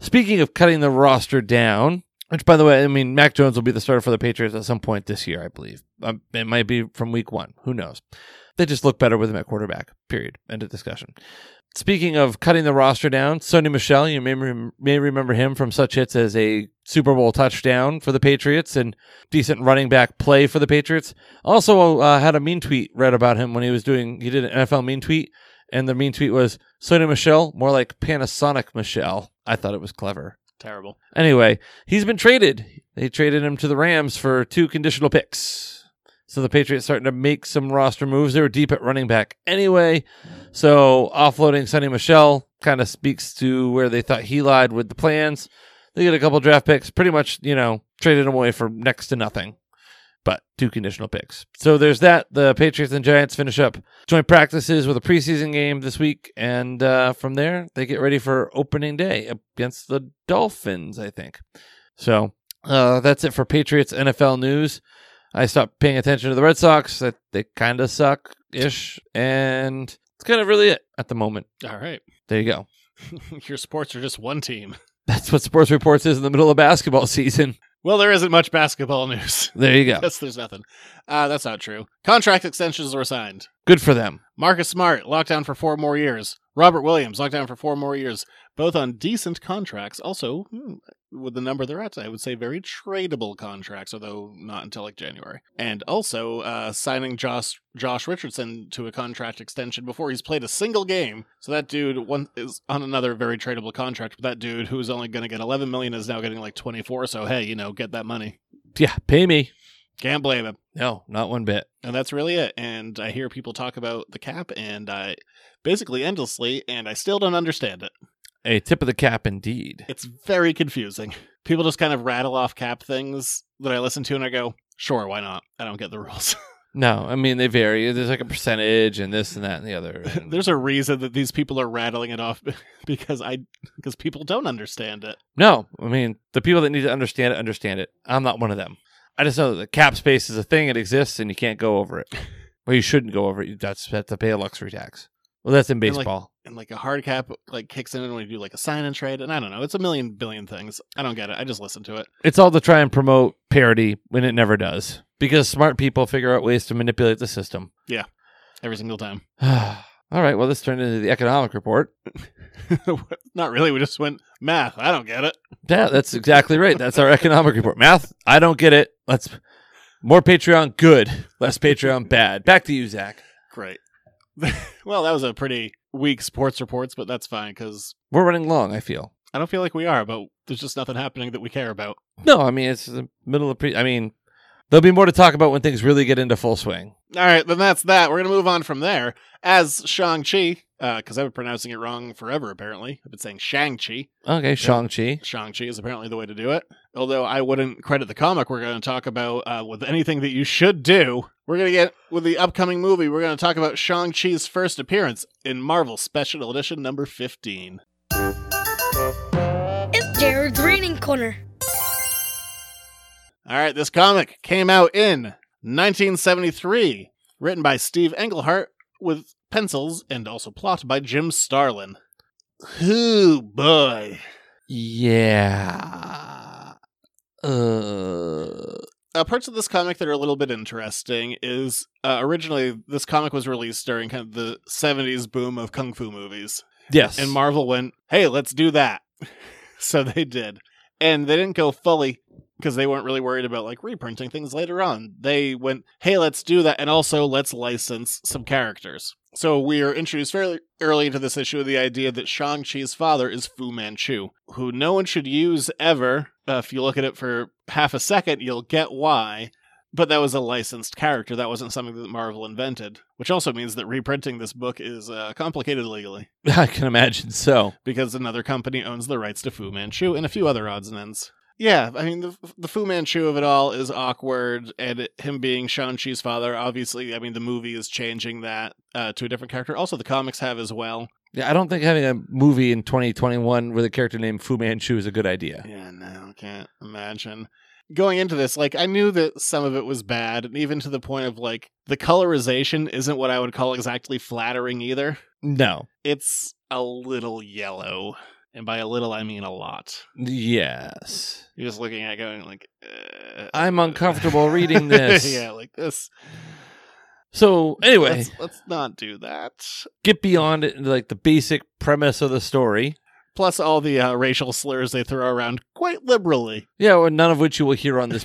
speaking of cutting the roster down. Which, by the way, I mean, Mac Jones will be the starter for the Patriots at some point this year, I believe. Um, it might be from week one. Who knows? They just look better with him at quarterback, period. End of discussion. Speaking of cutting the roster down, Sonny Michelle, you may, rem- may remember him from such hits as a Super Bowl touchdown for the Patriots and decent running back play for the Patriots. Also, uh, had a mean tweet read about him when he was doing, he did an NFL mean tweet, and the mean tweet was Sonny Michelle, more like Panasonic Michelle. I thought it was clever. Terrible. Anyway, he's been traded. They traded him to the Rams for two conditional picks. So the Patriots starting to make some roster moves. They were deep at running back anyway. So offloading Sonny Michelle kind of speaks to where they thought he lied with the plans. They get a couple draft picks, pretty much, you know, traded him away for next to nothing, but two conditional picks. So there's that. The Patriots and Giants finish up joint practices with a preseason game this week, and uh, from there they get ready for opening day against the Dolphins, I think. So uh, that's it for Patriots NFL news. I stopped paying attention to the Red Sox. That they kind of suck ish, and it's kind of really it at the moment. All right. There you go. Your sports are just one team. That's what sports reports is in the middle of basketball season. Well, there isn't much basketball news. There you go. Yes, there's nothing. Uh, that's not true. Contract extensions were signed. Good for them. Marcus Smart locked down for four more years. Robert Williams locked down for four more years. Both on decent contracts. Also, hmm, with the number they're at, I would say very tradable contracts, although not until like January. And also uh, signing Josh Josh Richardson to a contract extension before he's played a single game. So that dude one is on another very tradable contract. But that dude who's only going to get 11 million is now getting like 24. So hey, you know, get that money. Yeah, pay me. Can't blame him. No, not one bit. And that's really it. And I hear people talk about the cap and I basically endlessly, and I still don't understand it. A tip of the cap, indeed. It's very confusing. People just kind of rattle off cap things that I listen to and I go, sure, why not? I don't get the rules. No, I mean they vary. There's like a percentage and this and that and the other. and- There's a reason that these people are rattling it off because I because people don't understand it. No, I mean the people that need to understand it understand it. I'm not one of them. I just know that the cap space is a thing; it exists, and you can't go over it. Well, you shouldn't go over it. You that's have to pay a luxury tax. Well, that's in like- baseball. And like a hard cap like kicks in when you do like a sign and trade and I don't know. It's a million billion things. I don't get it. I just listen to it. it's all to try and promote parity when it never does, because smart people figure out ways to manipulate the system. Every single time. all right. Well, this turned into the economic report. Not really. We just went math. I don't get it. Yeah, that's exactly right. That's our economic report. Math, I don't get it. Let's more Patreon good, less Patreon bad. Back to you, Zach. Great. well, that was a pretty weak sports reports, but that's fine because We're running long, I feel. I don't feel like we are, but there's just nothing happening that we care about. No, I mean it's the middle of pre I mean there'll be more to talk about when things really get into full swing. All right, then that's that. We're going to move on from there. As Shang-Chi, because I've been pronouncing it wrong forever, apparently. I've been saying Shang-Chi. Okay, Shang-Chi. Shang-Chi is apparently the way to do it. Although I wouldn't credit the comic we're going to talk about uh, with anything that you should do. We're going to get, with the upcoming movie, we're going to talk about Shang-Chi's first appearance in Marvel Special Edition number 15. It's Jared's Reading Corner. All right, this comic came out in 1973, written by Steve Englehart with pencils and also plot by Jim Starlin. Who boy. Yeah. Uh Uh, parts of this comic that are a little bit interesting is uh, originally this comic was released during kind of the 70s boom of kung fu movies. yes. And Marvel went, hey, let's do that. so they did. And they didn't go fully because they weren't really worried about like reprinting things later on. They went, hey, let's do that. And also, let's license some characters. So we are introduced fairly early into this issue of the idea that Shang-Chi's father is Fu Manchu, who no one should use ever. Uh, if you look at it for half a second, you'll get why. But that was a licensed character. That wasn't something that Marvel invented, which also means that reprinting this book is uh, complicated legally I can imagine so. because another company owns the rights to Fu Manchu and a few other odds and ends. Yeah, I mean the the Fu Manchu of it all is awkward, and it, him being Shang Chi's father, obviously. I mean the movie is changing that uh, to a different character. Also, the comics have as well. Yeah, I don't think having a movie in 2021 with a character named Fu Manchu is a good idea. Yeah, no, I can't imagine. Going into this, like I knew that some of it was bad, and even to the point of like the colorization isn't what I would call exactly flattering either. No. It's a little yellow, and by a little I mean a lot. Yes. You're just looking at it going like, uh, I'm uncomfortable reading this. yeah, like this. So, anyway, Let's, let's not do that. get beyond it, like the basic premise of the story. Plus, all the uh, racial slurs they throw around quite liberally. Yeah, well, none of which you will hear on this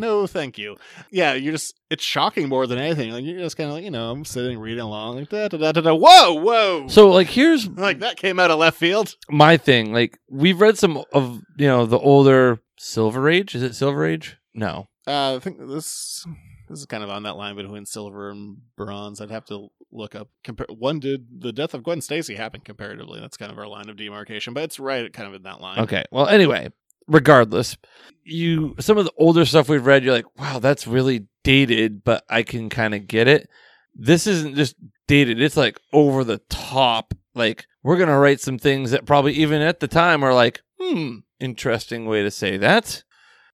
No, thank you. Yeah, you're just—it's shocking more than anything. Like you're just kind of like, you know, I'm sitting reading along like da da da da da. Whoa, whoa! So, like, here's like that came out of left field. my thing. Like, we've read some of, you know, the older Silver Age. Is it Silver Age? No. Uh, I think this this is kind of on that line between silver and bronze. I'd have to look up. Compar- when did the death of Gwen Stacy happen comparatively? That's kind of our line of demarcation, but it's right kind of in that line. Okay. Well, anyway, regardless, you some of the older stuff we've read, you're like, wow, that's really dated, but I can kind of get it. This isn't just dated; it's like over the top. Like we're gonna write some things that probably even at the time are like, hmm, interesting way to say that.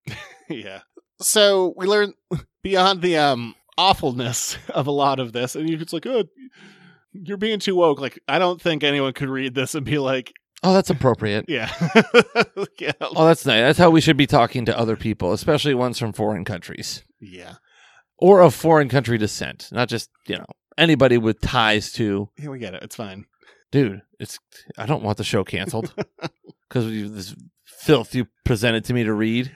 yeah. so we learn beyond the um awfulness of a lot of this, and you- it's like, oh, you're being too woke. Like, I don't think anyone could read this and be like, Oh, that's appropriate. yeah, yeah, Oh, that's nice. That's how we should be talking to other people, especially ones from foreign countries yeah. or of foreign country descent, not just, you know, anybody with ties to, Here we get it. It's fine. dude, it's I don't want the show canceled cuz this filth you presented to me to read.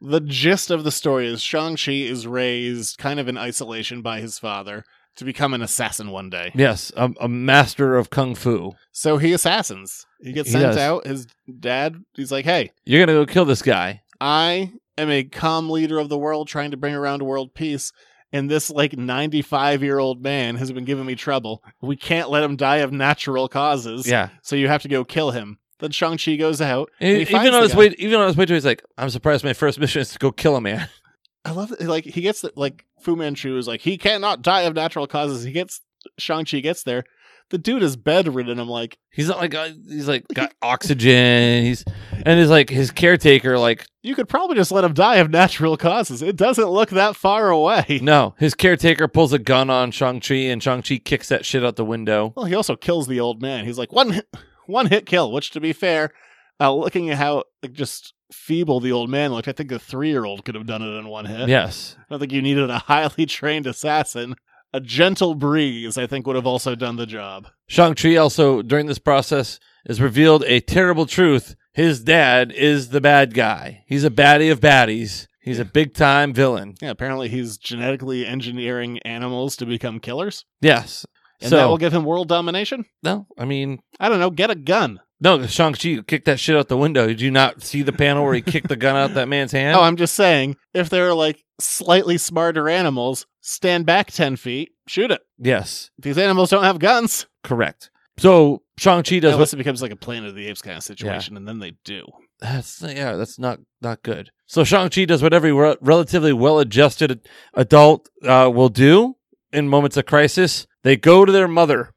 The gist of the story is Shang-Chi is raised kind of in isolation by his father to become an assassin one day. Yes, a, a master of kung fu. So he assassins. He gets He sent does. out. His dad, he's like, hey, You're going to go kill this guy. I am a calm leader of the world trying to bring around world peace. And this like 95 year old man has been giving me trouble. We can't let him die of natural causes. Yeah. E-, So you have to go kill him. Then Shang-Chi goes out. and he finds even on the his guy. way even on his way to he's like, I'm surprised my first mission is to go kill a man. I love that, like he gets the, like Fu Manchu is like he cannot die of natural causes. He gets Shang Chi gets there. The dude is bedridden. I'm like, He's not like uh, he's like got oxygen. He's and he's like his caretaker like you could probably just let him die of natural causes. It doesn't look that far away. No, his caretaker pulls a gun on Shang-Chi and Shang-Chi kicks that shit out the window. Well, he also kills the old man. He's like one hit, one hit kill. Which, to be fair, uh, looking at how like, just feeble the old man looked, I think the three year old could have done it in one hit. Yes. I don't think you needed a highly trained assassin. A gentle breeze, I think, would have also done the job. Shang-Chi also, during this process, is revealed a terrible truth. His dad is the bad guy. He's a baddie of baddies. He's a big time villain. Yeah, apparently he's genetically engineering animals to become killers. Yes. And so, that will give him world domination? no, I mean, I don't know. Get a gun. no, Shang-Chi kicked that shit out the window. Did you not see the panel where he kicked the gun out that man's hand? Oh, I'm just saying, if they're like slightly smarter animals, stand back 10 feet, shoot it. yes. These animals don't have guns. Correct. So, Shang-Chi does what Unless it becomes like a Planet of the Apes kind of situation, and then they do. That's yeah, that's not not good. So Shang Chi does what every re- relatively well-adjusted ad- adult uh, will do in moments of crisis. They go to their mother.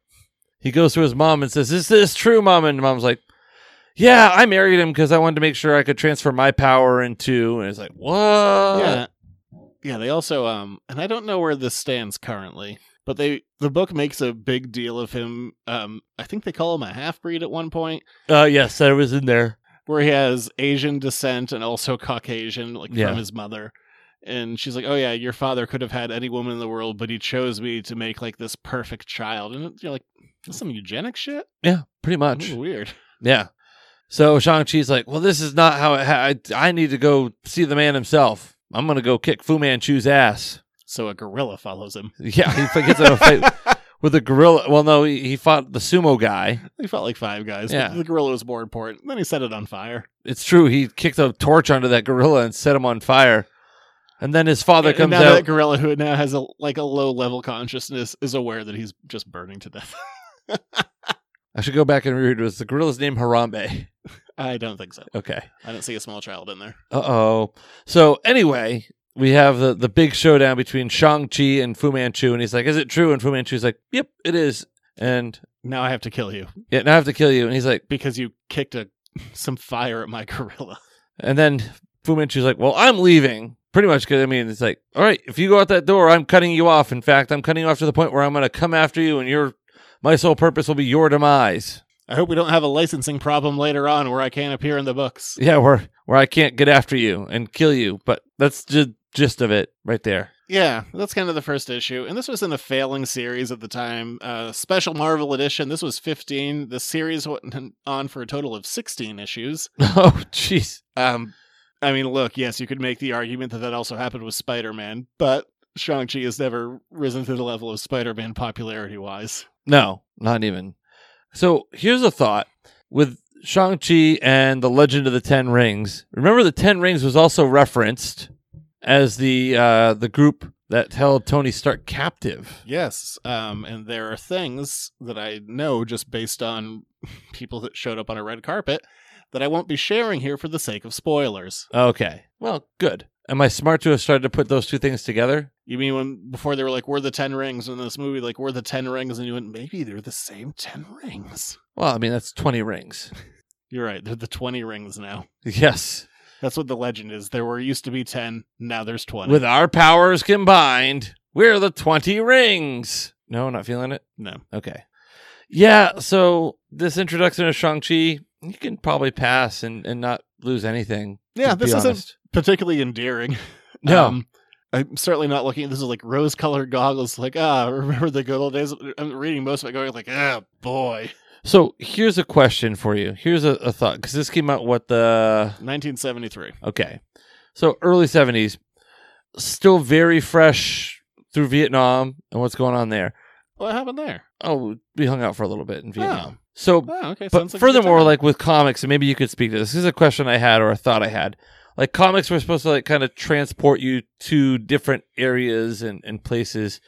He goes to his mom and says, "Is this true, mom?" And mom's like, "Yeah, I married him because I wanted to make sure I could transfer my power into." And it's like, "What?" Uh, yeah. Yeah, they also, um, and I don't know where this stands currently, but they, the book makes a big deal of him. Um, I think they call him a half breed at one point. Uh, yes, that was in there. where he has Asian descent and also Caucasian, like Yeah. from his mother. And she's like, "Oh yeah, your father could have had any woman in the world, but he chose me to make like this perfect child." And you're like, "That's some eugenic shit." Yeah, pretty This much. is weird. Yeah. So Shang Chi's like, "Well, this is not how it ha- I, I need to go see the man himself. I'm gonna go kick Fu Manchu's ass." So a gorilla follows him. Yeah, he f- gets in a fight with a gorilla. Well, no, he, he fought the sumo guy. He felt like five guys. Yeah. But the gorilla was more important. Then he set it on fire. It's true. He kicked a torch onto that gorilla and set him on fire. And then his father And- and comes now that out. gorilla, who now has a like a low level consciousness, is aware that he's just burning to death. I should go back and reread. it. Was the gorilla's name Harambe? I don't think so. Okay. I don't see a small child in there. Uh oh. So anyway, we have the the big showdown between Shang Chi and Fu Manchu, and he's like, "Is it true?" And Fu Manchu's like, "Yep, it is." And Now I have to kill you yeah, now I have to kill you. And he's like, because you kicked a some fire at my gorilla. And then Fu Manchu's like, "Well, I'm leaving." Pretty much, because I mean, it's like, all right, if you go out that door, I'm cutting you off. In fact, I'm cutting you off to the point where I'm going to come after you, and your my sole purpose will be your demise. I hope we don't have a licensing problem later on where I can't appear in the books. Yeah, where where I can't get after you and kill you. But that's the gist of it, right there. Yeah, that's kind of the first issue. And this was in a failing series at the time. Uh, special Marvel edition. This was 15. The series went on for a total of 16 issues. oh, jeez. Um, I mean, look, yes, you could make the argument that that also happened with Spider Man, but Shang-Chi has never risen to the level of Spider Man popularity wise. No, not even. So here's a thought with Shang Chi and the Legend of the Ten Rings. Remember, the Ten Rings was also referenced as the uh, the group that held Tony Stark captive. Yes. Um, and there are things that I know just based on people that showed up on a red carpet that I won't be sharing here for the sake of spoilers. Okay. Well, good. Am I smart to have started to put those two things together? You mean when before they were like, "We're the Ten Rings," in this movie, like, "We're the Ten Rings," and you went, "Maybe they're the same Ten Rings." Well, I mean, that's 20 rings. You're right; they're the Twenty Rings now. Yes. That's what the legend is. There were used to be 10, now there's 20. With our powers combined, we're the 20 rings. No, not feeling it. no. Okay. Yeah, so this introduction of Shang-Chi, you can probably pass and, and not lose anything. Yeah, to be this isn't honest. particularly endearing. No. Um, I'm certainly not looking this is like rose colored goggles, like, ah, remember the good old days? I'm reading most of it going like, ah, boy. So here's a question for you. Here's a, a thought because this came out what the 1973. okay, so early seventies, still very fresh through Vietnam and what's going on there. What happened there? Oh, we hung out for a little bit in Vietnam. So, Oh, okay. but sounds like a good furthermore, time. like with comics, and maybe you could speak to this. This is a question I had or a thought I had. Like comics were supposed to like kind of transport you to different areas and, and places.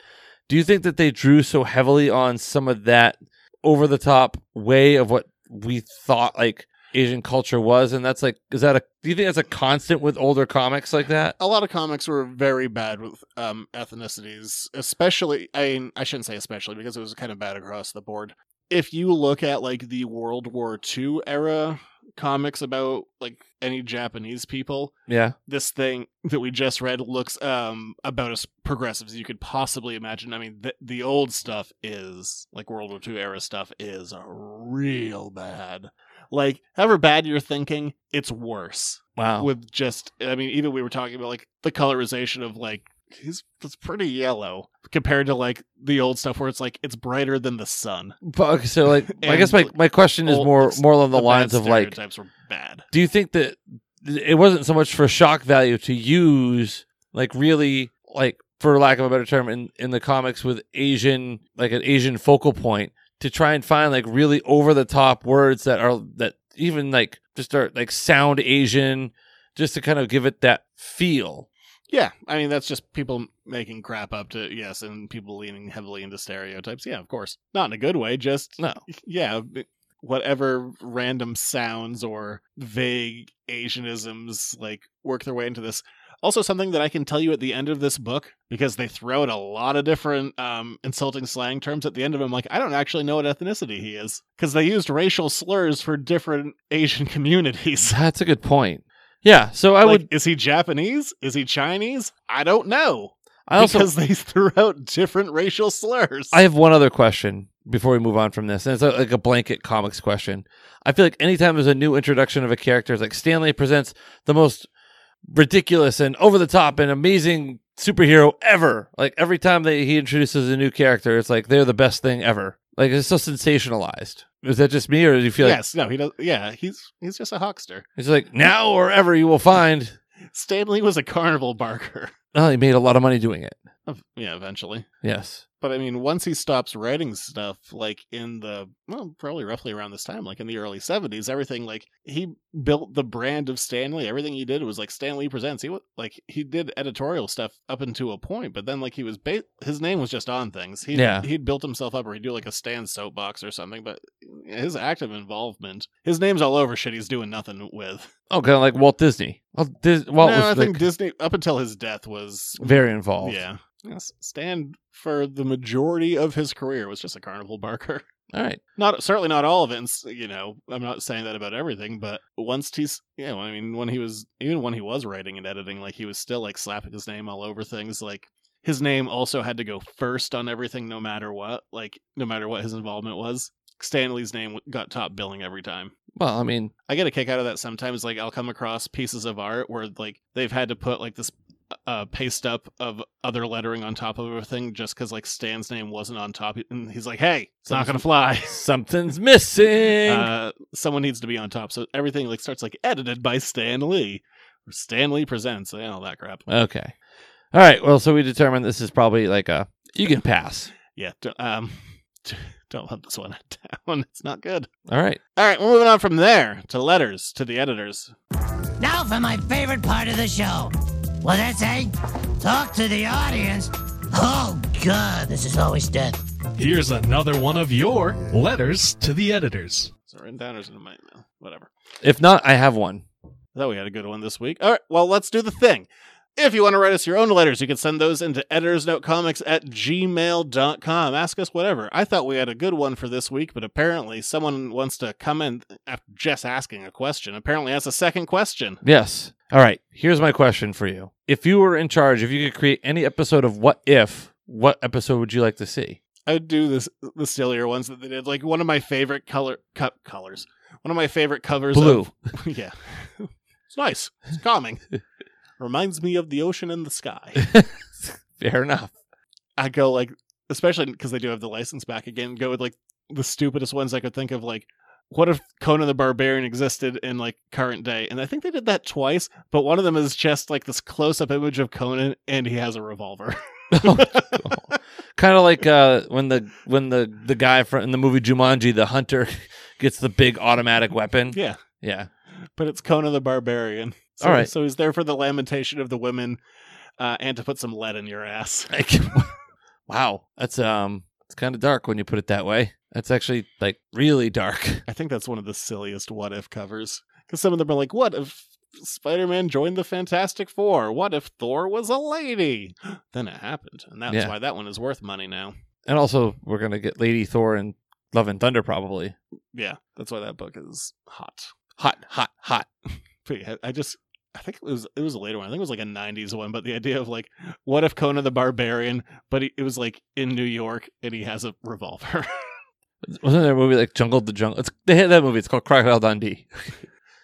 Do you think that they drew so heavily on some of that over the top way of what we thought like Asian culture was? And that's like, is that a, do you think that's a constant with older comics like that? a lot of comics were very bad with um, ethnicities, especially. I mean, I shouldn't say especially because it was kind of bad across the board. If you look at like the World War II era comics about like any Japanese people, Yeah. this thing that we just read looks um, about as progressive as you could possibly imagine. I mean, th- the old stuff is like World War II era stuff is real bad. Like, however bad you're thinking, it's worse Wow. with just i mean even we were talking about like the colorization of like he's it's pretty yellow compared to like the old stuff where it's like it's brighter than the sun But, okay, so like, I And guess my, my question is old- more, more along the, bad lines of like, stereotypes were bad do you think that it wasn't so much for shock value to use like really like for lack of a better term in in the comics with asian like an asian focal point to try and find like really over the top words that are that even like just are like sound asian just to kind of give it that feel yeah i mean that's just people making crap up to yes and people leaning heavily into stereotypes yeah of course not in a good way just no yeah b- whatever random sounds or vague asianisms like work their way into this also something that i can tell you at the end of this book because they throw out a lot of different um, insulting slang terms at the end of them like i don't actually know what ethnicity he is because they used racial slurs for different asian communities that's a good point yeah so i Like, would is he japanese is he chinese i don't know i also because they threw out different racial slurs I have one other question before we move on from this, and it's a, like a blanket comics question. I feel like anytime there's a new introduction of a character, it's like Stanley presents the most ridiculous and over the top and amazing superhero ever. Like every time that he introduces a new character, it's like they're the best thing ever. Like it's so sensationalized. Is that just me, or do you feel like yes no he does yeah he's he's just a huckster it's like now or ever you will find? Stanley was a carnival barker. Oh, he made a lot of money doing it. Ev- Yeah, eventually. Yes. But I mean, once he stops writing stuff, like in the, well, probably roughly around this time, like in the early 70s, everything, like, he built the brand of Stanley. Everything he did was like Stanley Presents. He, wa- like, he did editorial stuff up until a point, but then, like, he was, ba- his name was just on things. He, Yeah. He'd built himself up or he'd do, like, a Stan soapbox or something, but his active involvement, his name's all over shit he's doing nothing with. Oh, kind of like Walt Disney. Walt Dis- Walt no, was I like, think Disney, up until his death, was very involved. Yeah. Yes. Stand for the majority of his career was just a carnival barker. All right. Not certainly not all of it. And, s- you know, I'm not saying that about everything, but once he's yeah, well, I mean, when he was even when he was writing and editing, like he was still like slapping his name all over things. Like his name also had to go first on everything, no matter what. Like no matter what his involvement was, Stanley's name w- got top billing every time. Well, I mean, I get a kick out of that sometimes. Like I'll come across pieces of art where like they've had to put like this uh paste up of other lettering on top of everything just because like Stan's name wasn't on top, and he's like, "Hey, it's not gonna fly." Something's missing. Uh, someone needs to be on top, so everything like starts like edited by Stan Lee. Or Stan Lee presents and all that crap. okay. All right. Well, so we determined this is probably like a you can pass. Yeah, don't, um, don't let this one down. It's not good. All right. All right, we're moving on from there to letters to the editors. Now for my favorite part of the show. Well, that's hey, talk to the audience. Oh God, this is always death. Here's another one of your letters to the editors. So written down or is it in my email? Whatever. If not, I have one. I thought we had a good one this week. All right, well, let's do the thing. If you want to write us your own letters, you can send those into editorsnotecomics at gmail.com. Ask us whatever. I thought we had a good one for this week, but apparently someone wants to come in after just asking a question. Apparently, that's a second question. Yes. All right, here's my question for you. If you were in charge, if you could create any episode of What If, what episode would you like to see? I would do this the sillier ones that they did. Like one of my favorite color cup colors. One of my favorite covers of- Blue. yeah. It's nice. It's calming. Reminds me of the ocean and the sky. Fair enough. I go like, especially because they do have the license back again. Go with like the stupidest ones I could think of. Like, what if Conan the Barbarian existed in like current day? And I think they did that twice. But one of them is just like this close-up image of Conan, and he has a revolver. kind of like uh, when the when the the guy from in the movie Jumanji, the hunter, gets the big automatic weapon. yeah, Yeah. but it's Conan the Barbarian. So, All right. So he's there for the lamentation of the women, uh, and to put some lead in your ass. Like, wow, that's um, it's kind of dark when you put it that way. That's actually like really dark. I think that's one of the silliest what if covers. Because some of them are like, what if Spider Man joined the Fantastic Four? What if Thor was a lady? then it happened. And that's Yeah. why that one is worth money now. And also, we're gonna get Lady Thor and Love and Thunder probably. Yeah, that's why that book is hot. Hot, hot, hot. But yeah, I just. I think it was it was a later one. I think it was like a '90s one, but the idea of like, what if Conan the Barbarian, but he, it was like in New York and he has a revolver. Wasn't there a movie like Jungle the Jungle? It's, they had that movie. It's called Crocodile Dundee.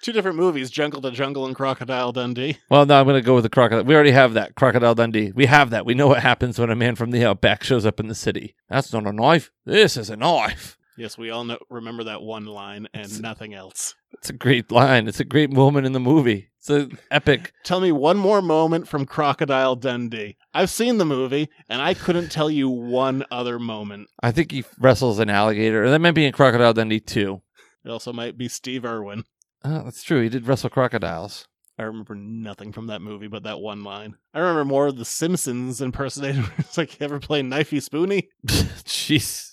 Two different movies: Jungle to Jungle and Crocodile Dundee. Well, no, I'm gonna go with the crocodile. We already have that Crocodile Dundee. We have that. We know what happens when a man from the outback shows up in the city. That's not a knife. This is a knife. Yes, we all know, remember that one line and nothing else. It's a great line. It's a great moment in the movie. It's an epic. Tell me one more moment from Crocodile Dundee. I've seen the movie, and I couldn't tell you one other moment. I think he wrestles an alligator. That might be in Crocodile Dundee too. It also might be Steve Irwin. Oh, that's true. He did wrestle crocodiles. I remember nothing from that movie but that one line. I remember more of the Simpsons impersonator. It's like, you ever play Knifey Spoony? Jeez.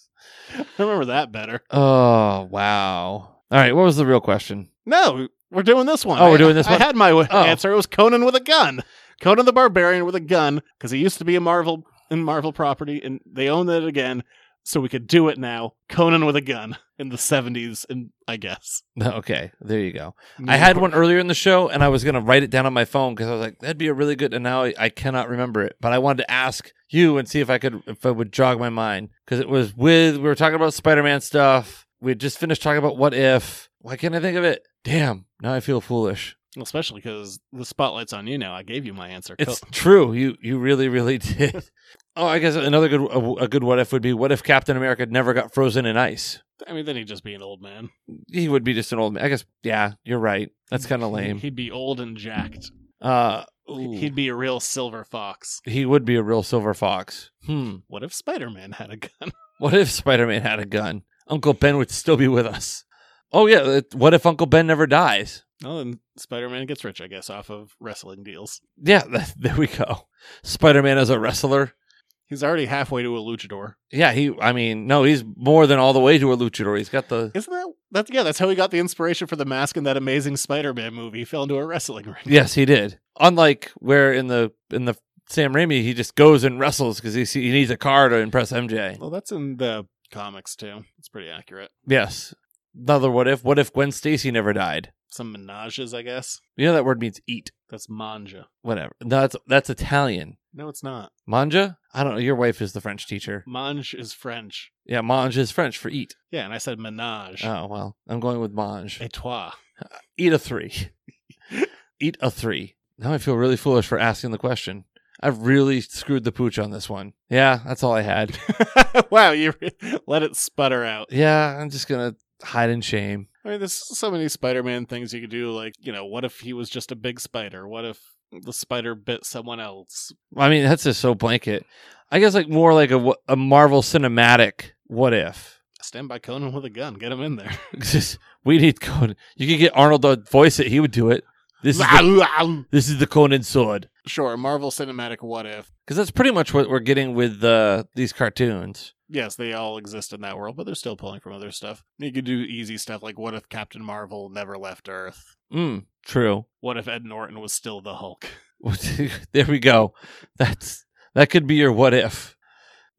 I remember that better. Oh wow. All right. What was the real question? No, we're doing this one. Oh, I- we're doing this one? I had my Oh. answer. It was Conan with a gun. Conan the Barbarian with a gun because he used to be a Marvel in Marvel property, and they owned it again, so we could do it now. Conan with a gun in the seventies, and I guess Okay. There you go. I had one earlier in the show, and I was gonna write it down on my phone because I was like, "That'd be a really good." And now I, I cannot remember it, but I wanted to ask you and see if I could, if it would jog my mind because it was with we were talking about Spider-Man stuff. We had just finished talking about what if. Why can't I think of it? Damn! Now I feel foolish. especially because the spotlight's on you now. I gave you my answer. It's true. You you really really did. oh, I guess another good a, a good what if would be what if Captain America never got frozen in ice? I mean, then he'd just be an old man. He would be just an old man. I guess. Yeah, you're right. That's kind of lame. He'd be old and jacked. Uh, He'd be a real silver fox. he would be a real silver fox. Hmm. What if Spider Man had a gun? What if Spider Man had a gun? Uncle Ben would still be with us. Oh, yeah. it- What if Uncle Ben never dies? Well, then Spider Man gets rich, I guess, off of wrestling deals. Yeah, th- there we go. Spider Man as a wrestler. He's already halfway to a luchador. Yeah, he, I mean, no, he's more than all the way to a luchador. He's got the, Isn't that that's yeah? That's how he got the inspiration for the mask in that amazing Spider-Man movie. He fell into a wrestling ring. yes, he did. Unlike where in the, in the, Sam Raimi, he just goes and wrestles because he, see- he needs a car to impress MJ. Well, that's in the comics too. It's pretty accurate. Yes. Another what if? What if Gwen Stacy never died? Some menages, I guess. You know that word means eat. That's manja. Whatever. No, that's that's Italian. No, it's not. Manja? I don't know. Your wife is the French teacher. Mange is French. Yeah, mange is French for eat. Yeah, and I said menage. Oh well, I'm going with mange. Et toi? Eat a three. eat a three. Now I feel really foolish for asking the question. I've really screwed the pooch on this one. Yeah, that's all I had. wow, you re- let it sputter out. yeah, I'm just gonna hide in shame. I mean, there's so many Spider-Man things you could do. Like, you know, what if he was just a big spider? What if the spider bit someone else? I mean, that's just so blanket. I guess like more like a wha- a Marvel cinematic. What if? Stand by Conan with a gun. Get him in there. Just we need Conan. You could get Arnold to voice it. He would do it. This is the, this is the Conan sword. sure, Marvel Cinematic What If. Because that's pretty much what we're getting with uh, these cartoons. yes, they all exist in that world, but they're still pulling from other stuff. You could do easy stuff like what if Captain Marvel never left Earth? Mm, true. What if Ed Norton was still the Hulk? there we go. That's that could be your what if.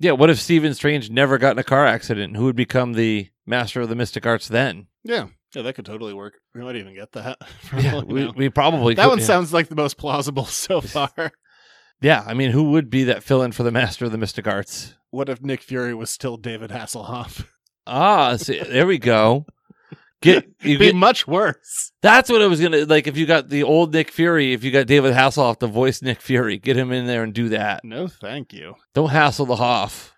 Yeah, what if Stephen Strange never got in a car accident? Who would become the master of the mystic arts then? Yeah, Yeah, that could totally work. We might even get that. Yeah, You we, know. we probably that could, one yeah. sounds like the most plausible so far. Yeah, I mean, who would be that fill in for the master of the mystic arts? what if Nick Fury was still David Hasselhoff? Ah, see, there we go. Get you It'd be get, much worse. that's what I was gonna like. If you got the old Nick Fury, if you got David Hasselhoff to voice Nick Fury, get him in there and do that. No, thank you. Don't hassle the Hoff.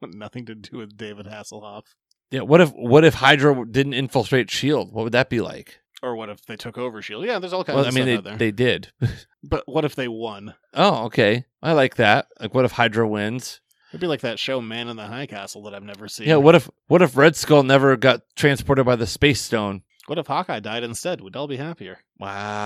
Nothing to do with David Hasselhoff. Yeah, what if what if Hydra didn't infiltrate Shield? E What would that be like? Or what if they took over Shield? E Yeah, there's all kinds well, I of mean, stuff they out there. they did. but what if they won? oh, okay, I like that. Like, what if Hydra wins? It'd be like that show Man in the High Castle that I've never seen. Yeah, what if what if Red Skull never got transported by the Space Stone? What if Hawkeye died instead? We'd all be happier.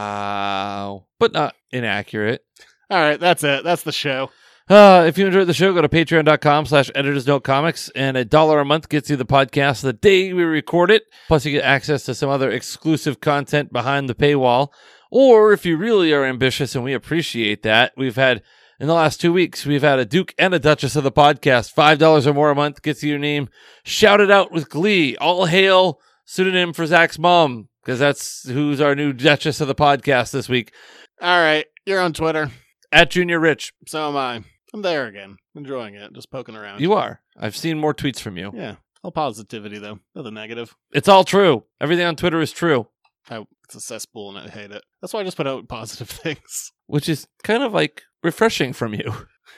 Wow, but not inaccurate. All right, that's it. That's the show. Uh, if you enjoyed the show, go to patreon.com slash editors note comics, and a dollar a month gets you the podcast the day we record it. Plus, you get access to some other exclusive content behind the paywall. Or if you really are ambitious, and we appreciate that, we've had in the last two weeks, we've had a Duke and a Duchess of the podcast. $5 or more a month gets you your name shouted out with glee. All hail pseudonym for Zach's mom, because that's who's our new Duchess of the podcast this week. All right, you're on Twitter. At Junior Rich, So am I. I'm there again. Enjoying it. Just poking around. you are. I've seen more tweets from you. Yeah. All positivity, though. Nothing negative. It's all true. Everything on Twitter is true, I, it's a cesspool and I hate it. That's why I just put out positive things. which is kind of like refreshing from you.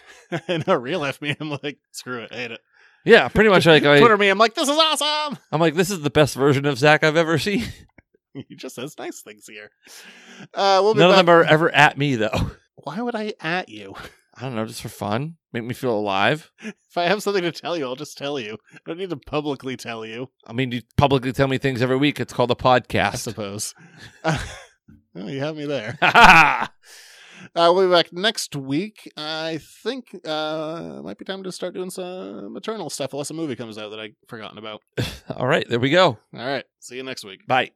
and a real F me, I'm like, screw it, hate it. Yeah, pretty much like I, Twitter me, I'm like, this is awesome. I'm like this is the best version of Zach I've ever seen. he just says nice things here. Uh, we'll be None of back. them are ever at me though. Why would I at you? I don't know, just for fun, make me feel alive. If I have something to tell you, I'll just tell you. I don't need to publicly tell you. I mean, you publicly tell me things every week. It's called a I podcast. suppose. Uh, oh, you have me there. Ha! Uh, we'll be back next week. I think uh, it might be time to start doing some maternal stuff, unless a movie comes out that I've forgotten about. all right, there we go. All right. See you next week. Bye.